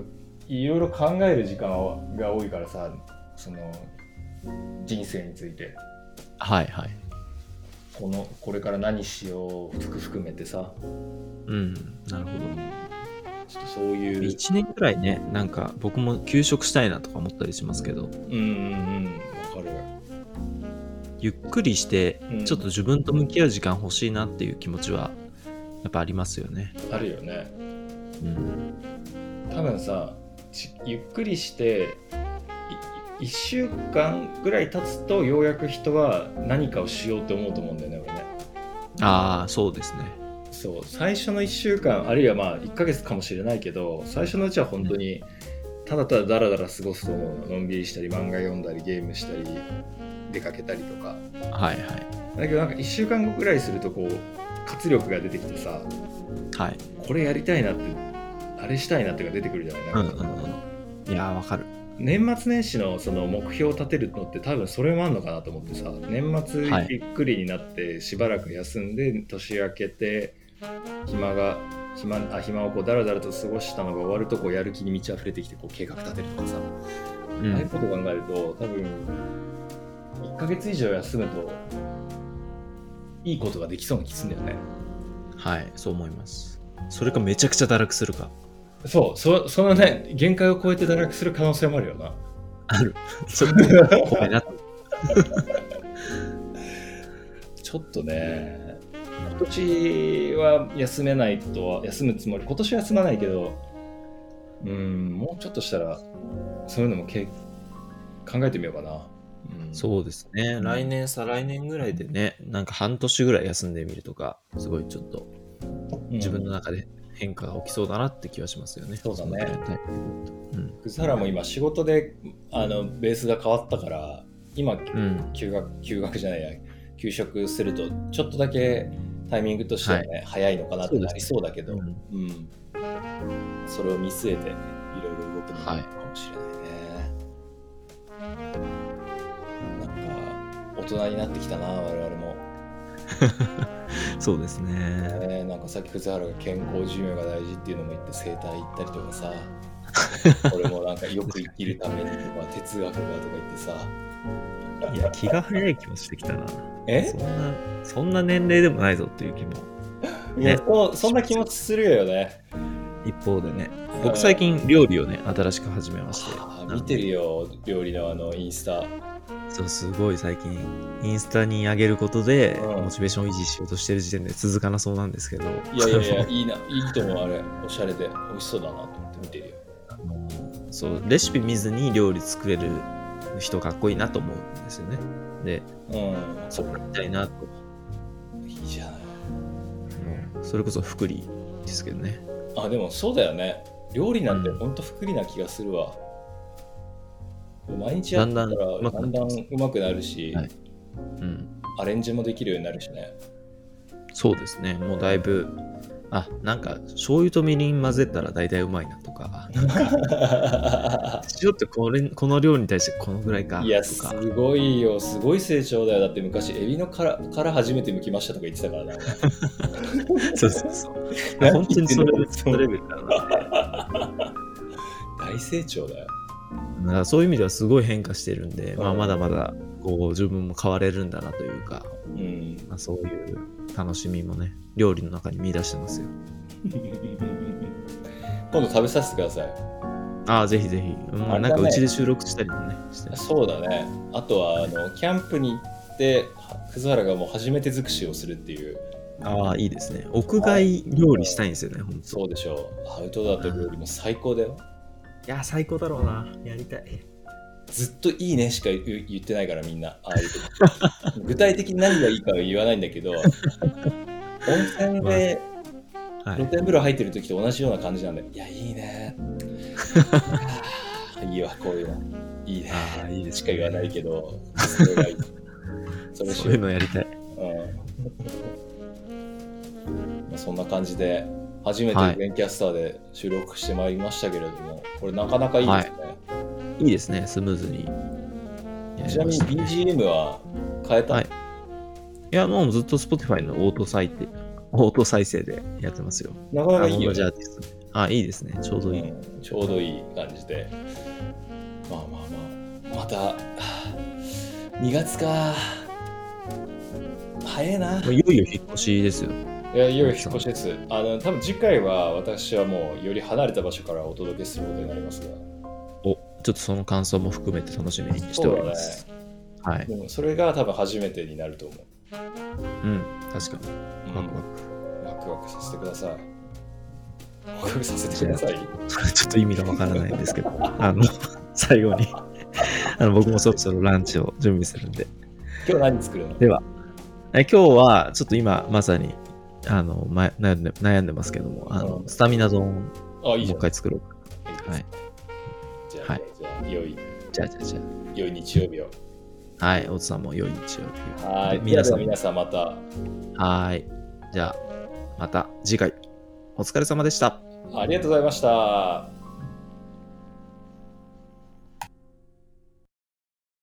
Speaker 1: んかいろいろ考える時間が多いからさその人生について
Speaker 2: はいはい。
Speaker 1: このこれから何しよう含含めてさ
Speaker 2: うん、なるほ
Speaker 1: ちょっとそう
Speaker 2: ど。
Speaker 1: いう
Speaker 2: 1年くらいね、なんか僕も休職したいなとか思ったりしますけど、
Speaker 1: うんうんうんわかる
Speaker 2: ゆっくりして
Speaker 1: うん、
Speaker 2: ちょっと自分と向き合う時間欲しいなっていう気持ちは、やっぱありますよね。
Speaker 1: あるよね
Speaker 2: うん。
Speaker 1: 多分さしゆっくりして1週間ぐらい経つとようやく人は何かをしようって思うと思うんだよね俺ね
Speaker 2: ああ、そうですね。
Speaker 1: そう最初の1週間あるいはまあ1ヶ月かもしれないけど最初のうちは本当にただただダラダラ過ごすと思うののんびりしたり漫画読んだりゲームしたり出かけたりとか
Speaker 2: はいはい
Speaker 1: だけどなんか1週間後ぐらいするとこう活力が出てきてさ
Speaker 2: はい
Speaker 1: これやりたいなってあれしたいなっていうのが出てくるじゃないな
Speaker 2: うんうん
Speaker 1: か
Speaker 2: うんいやーわかる
Speaker 1: 年末年始のその目標を立てるのって多分それもあるのかなと思ってさ年末
Speaker 2: はい
Speaker 1: ゆっくりになってしばらく休んで年明けて暇が暇あ暇をこうだらだらと過ごしたのが終わるとこうやる気に満ち溢れてきてこう計画立てるとかさ、
Speaker 2: う
Speaker 1: ああいうんこと考えると多分1ヶ月以上休むといいことができそうな気すんだよね
Speaker 2: はいそう思いますそれかめちゃくちゃ堕落 するか
Speaker 1: そうそそのね限界を超えて堕落する可能性もあるよな
Speaker 2: あるちょっと怖いな
Speaker 1: ちょっとね、今年は休めないとは、休むつもり、今年は休まないけど、うん、もうちょっとしたら、そういうのもけ考えてみようかな。うん、
Speaker 2: そうですね来年再来年ぐらいでねなんか半年ぐらい休んでみるとかすごいちょっと
Speaker 1: うん
Speaker 2: 自分の中で変化が起きそうだなって気はしますよね。
Speaker 1: そうだね
Speaker 2: んなことやりたいけどうん。
Speaker 1: 僕サラも今、仕事であのベースが変わったから、今、
Speaker 2: うん。
Speaker 1: 休学、休学じゃないや、休職すると、ちょっとだけタイミングとしてはね、早いのかなってなりそうだけど、
Speaker 2: うん
Speaker 1: うん、それを見据えて、いろいろ動くの
Speaker 2: はい
Speaker 1: かもしれないね。なんか、大人になってきたな、我々も。
Speaker 2: そうですね。
Speaker 1: ねなんかさっき葛原が健康寿命が大事っていうのも言って整体行ったりとか さ俺もなんかよく生きるためにとか哲学がとか言ってさ
Speaker 2: いや、気が早い気もしてきたな。
Speaker 1: え
Speaker 2: そんな、そんな年齢でもないぞっていう気も。
Speaker 1: いや
Speaker 2: ね
Speaker 1: そうそんな気持ちするよね
Speaker 2: 一方でね、僕最近料理をね、新しく始めまして。
Speaker 1: あー見てるよ料理のあのインスタ
Speaker 2: そう、すごい最近、インスタに上げることで、
Speaker 1: うん
Speaker 2: モチベーションを維持しようとしてる時点で続かなそうなんですけど。
Speaker 1: いやいやいやいいないいと思うあれおしゃれで美味しそうだなと思って見てるよ
Speaker 2: あのそう、レシピ見ずに料理作れる人かっこいいなと思うんですよね。で、
Speaker 1: うん
Speaker 2: そうなりたいなと
Speaker 1: いいじゃない
Speaker 2: それこそ福利ですけどね。
Speaker 1: あでもそうだよね料理なんて
Speaker 2: うん
Speaker 1: ほんと不利な気がするわ、毎日やったらだ
Speaker 2: だん
Speaker 1: だんだん
Speaker 2: だん上手くなってます
Speaker 1: うまくなるし、
Speaker 2: はいうん。
Speaker 1: アレンジもできるようになるし ね
Speaker 2: そうですね。もうだいぶ、あ、なんか醤油とみりん混ぜたら大体うまいなとか、ちょっとこれこの量に対してこのぐらいか
Speaker 1: いや
Speaker 2: と
Speaker 1: す
Speaker 2: か。
Speaker 1: ごいよすごい成長だよだって昔エビの殻殻初めて剥きましたとか言ってたからな
Speaker 2: そうそうそう。
Speaker 1: 何
Speaker 2: 本当にそ
Speaker 1: 言
Speaker 2: れ
Speaker 1: ってんの
Speaker 2: そのレベルだ な。
Speaker 1: 大成長だよ
Speaker 2: だからそういう意味ではすごい変化してるんで、まあ、
Speaker 1: うん
Speaker 2: まだまだこう自分も変われるんだなというか、
Speaker 1: うん
Speaker 2: まあ、そういう楽しみもね、料理の中に見出してますよ。
Speaker 1: 今度食べさせてください
Speaker 2: ああ、ぜひぜひ。まあ、なんかうちで収録したりもね、して
Speaker 1: そうだね。あとはあのキャンプに行って、は葛原がもう初めて尽くしをするっていう、
Speaker 2: ああ、いいですね。屋外料理したいんですよね、本当。
Speaker 1: そうでしょう。アウトドアと料理も最高だよ。
Speaker 2: いや、最高だろうな。やりたい。
Speaker 1: ずっといいねしか言う言ってないからみんな、ああいう 時具体的に何がいいかは言わないんだけど、温泉で
Speaker 2: は
Speaker 1: 露
Speaker 2: い。
Speaker 1: 天風呂入ってる時と同じような感じなんだよ。いや、いいね。あーいいわ、こういうの。いいね。
Speaker 2: ああ、いいです、
Speaker 1: しか言わないけど、それがいい。それしよ
Speaker 2: そう
Speaker 1: う
Speaker 2: いうのやりたい。
Speaker 1: うんまあそんな感じで初め
Speaker 2: は
Speaker 1: て「
Speaker 2: い
Speaker 1: ベンキャスター」で収録してまいりましたけれども、これなかなかいいですね、
Speaker 2: いいですね、スムーズに。や
Speaker 1: ち
Speaker 2: り
Speaker 1: な
Speaker 2: ま
Speaker 1: み
Speaker 2: し
Speaker 1: に
Speaker 2: たね
Speaker 1: BGM は変えた、
Speaker 2: はいいや、もうずっと Spotify のオート再生、オート再生でやってますよ。
Speaker 1: なかなかいい
Speaker 2: あ
Speaker 1: よ、
Speaker 2: 同じア
Speaker 1: ね
Speaker 2: ーティストねあ、いいですね。ちょうどいい。
Speaker 1: うんちょうどいい感じでまあまあまあまたはあ2月か早いな
Speaker 2: もういよいよ引っ越しですよ。
Speaker 1: いやいよいよ引っ越しですあの多分次回は私はもうより離れた場所からお届けすることになりますが
Speaker 2: お、ちょっとその感想も含めて楽しみにしております。はい。
Speaker 1: でもそれが多分初めてになると思う
Speaker 2: うん、確かに。ワクワク。
Speaker 1: ワクワクさせてください。ワクワクさせてください。
Speaker 2: それちょっと意味がわからないんですけど、あの、最後に、あの僕もそろそろランチを準備するんで、
Speaker 1: 今日何作るの
Speaker 2: では、え今日はちょっと今まさに、あの、ま、悩んで悩んでますけども、あの、
Speaker 1: うん
Speaker 2: スタミナ丼をも
Speaker 1: あ、
Speaker 2: う
Speaker 1: いいじゃ
Speaker 2: 一
Speaker 1: ん。
Speaker 2: 回作ろうか。
Speaker 1: いいですね。
Speaker 2: はい。はい
Speaker 1: じゃあ、良い、
Speaker 2: じゃあじゃあじゃ
Speaker 1: 良い日曜日を。
Speaker 2: あ。はい、大津さんも良い日曜日を。
Speaker 1: はい。皆
Speaker 2: 皆さ
Speaker 1: さ
Speaker 2: ん
Speaker 1: ん、皆さんまた。
Speaker 2: はい。じゃあ、また次回、お疲れ様でした。
Speaker 1: ありがとうございました。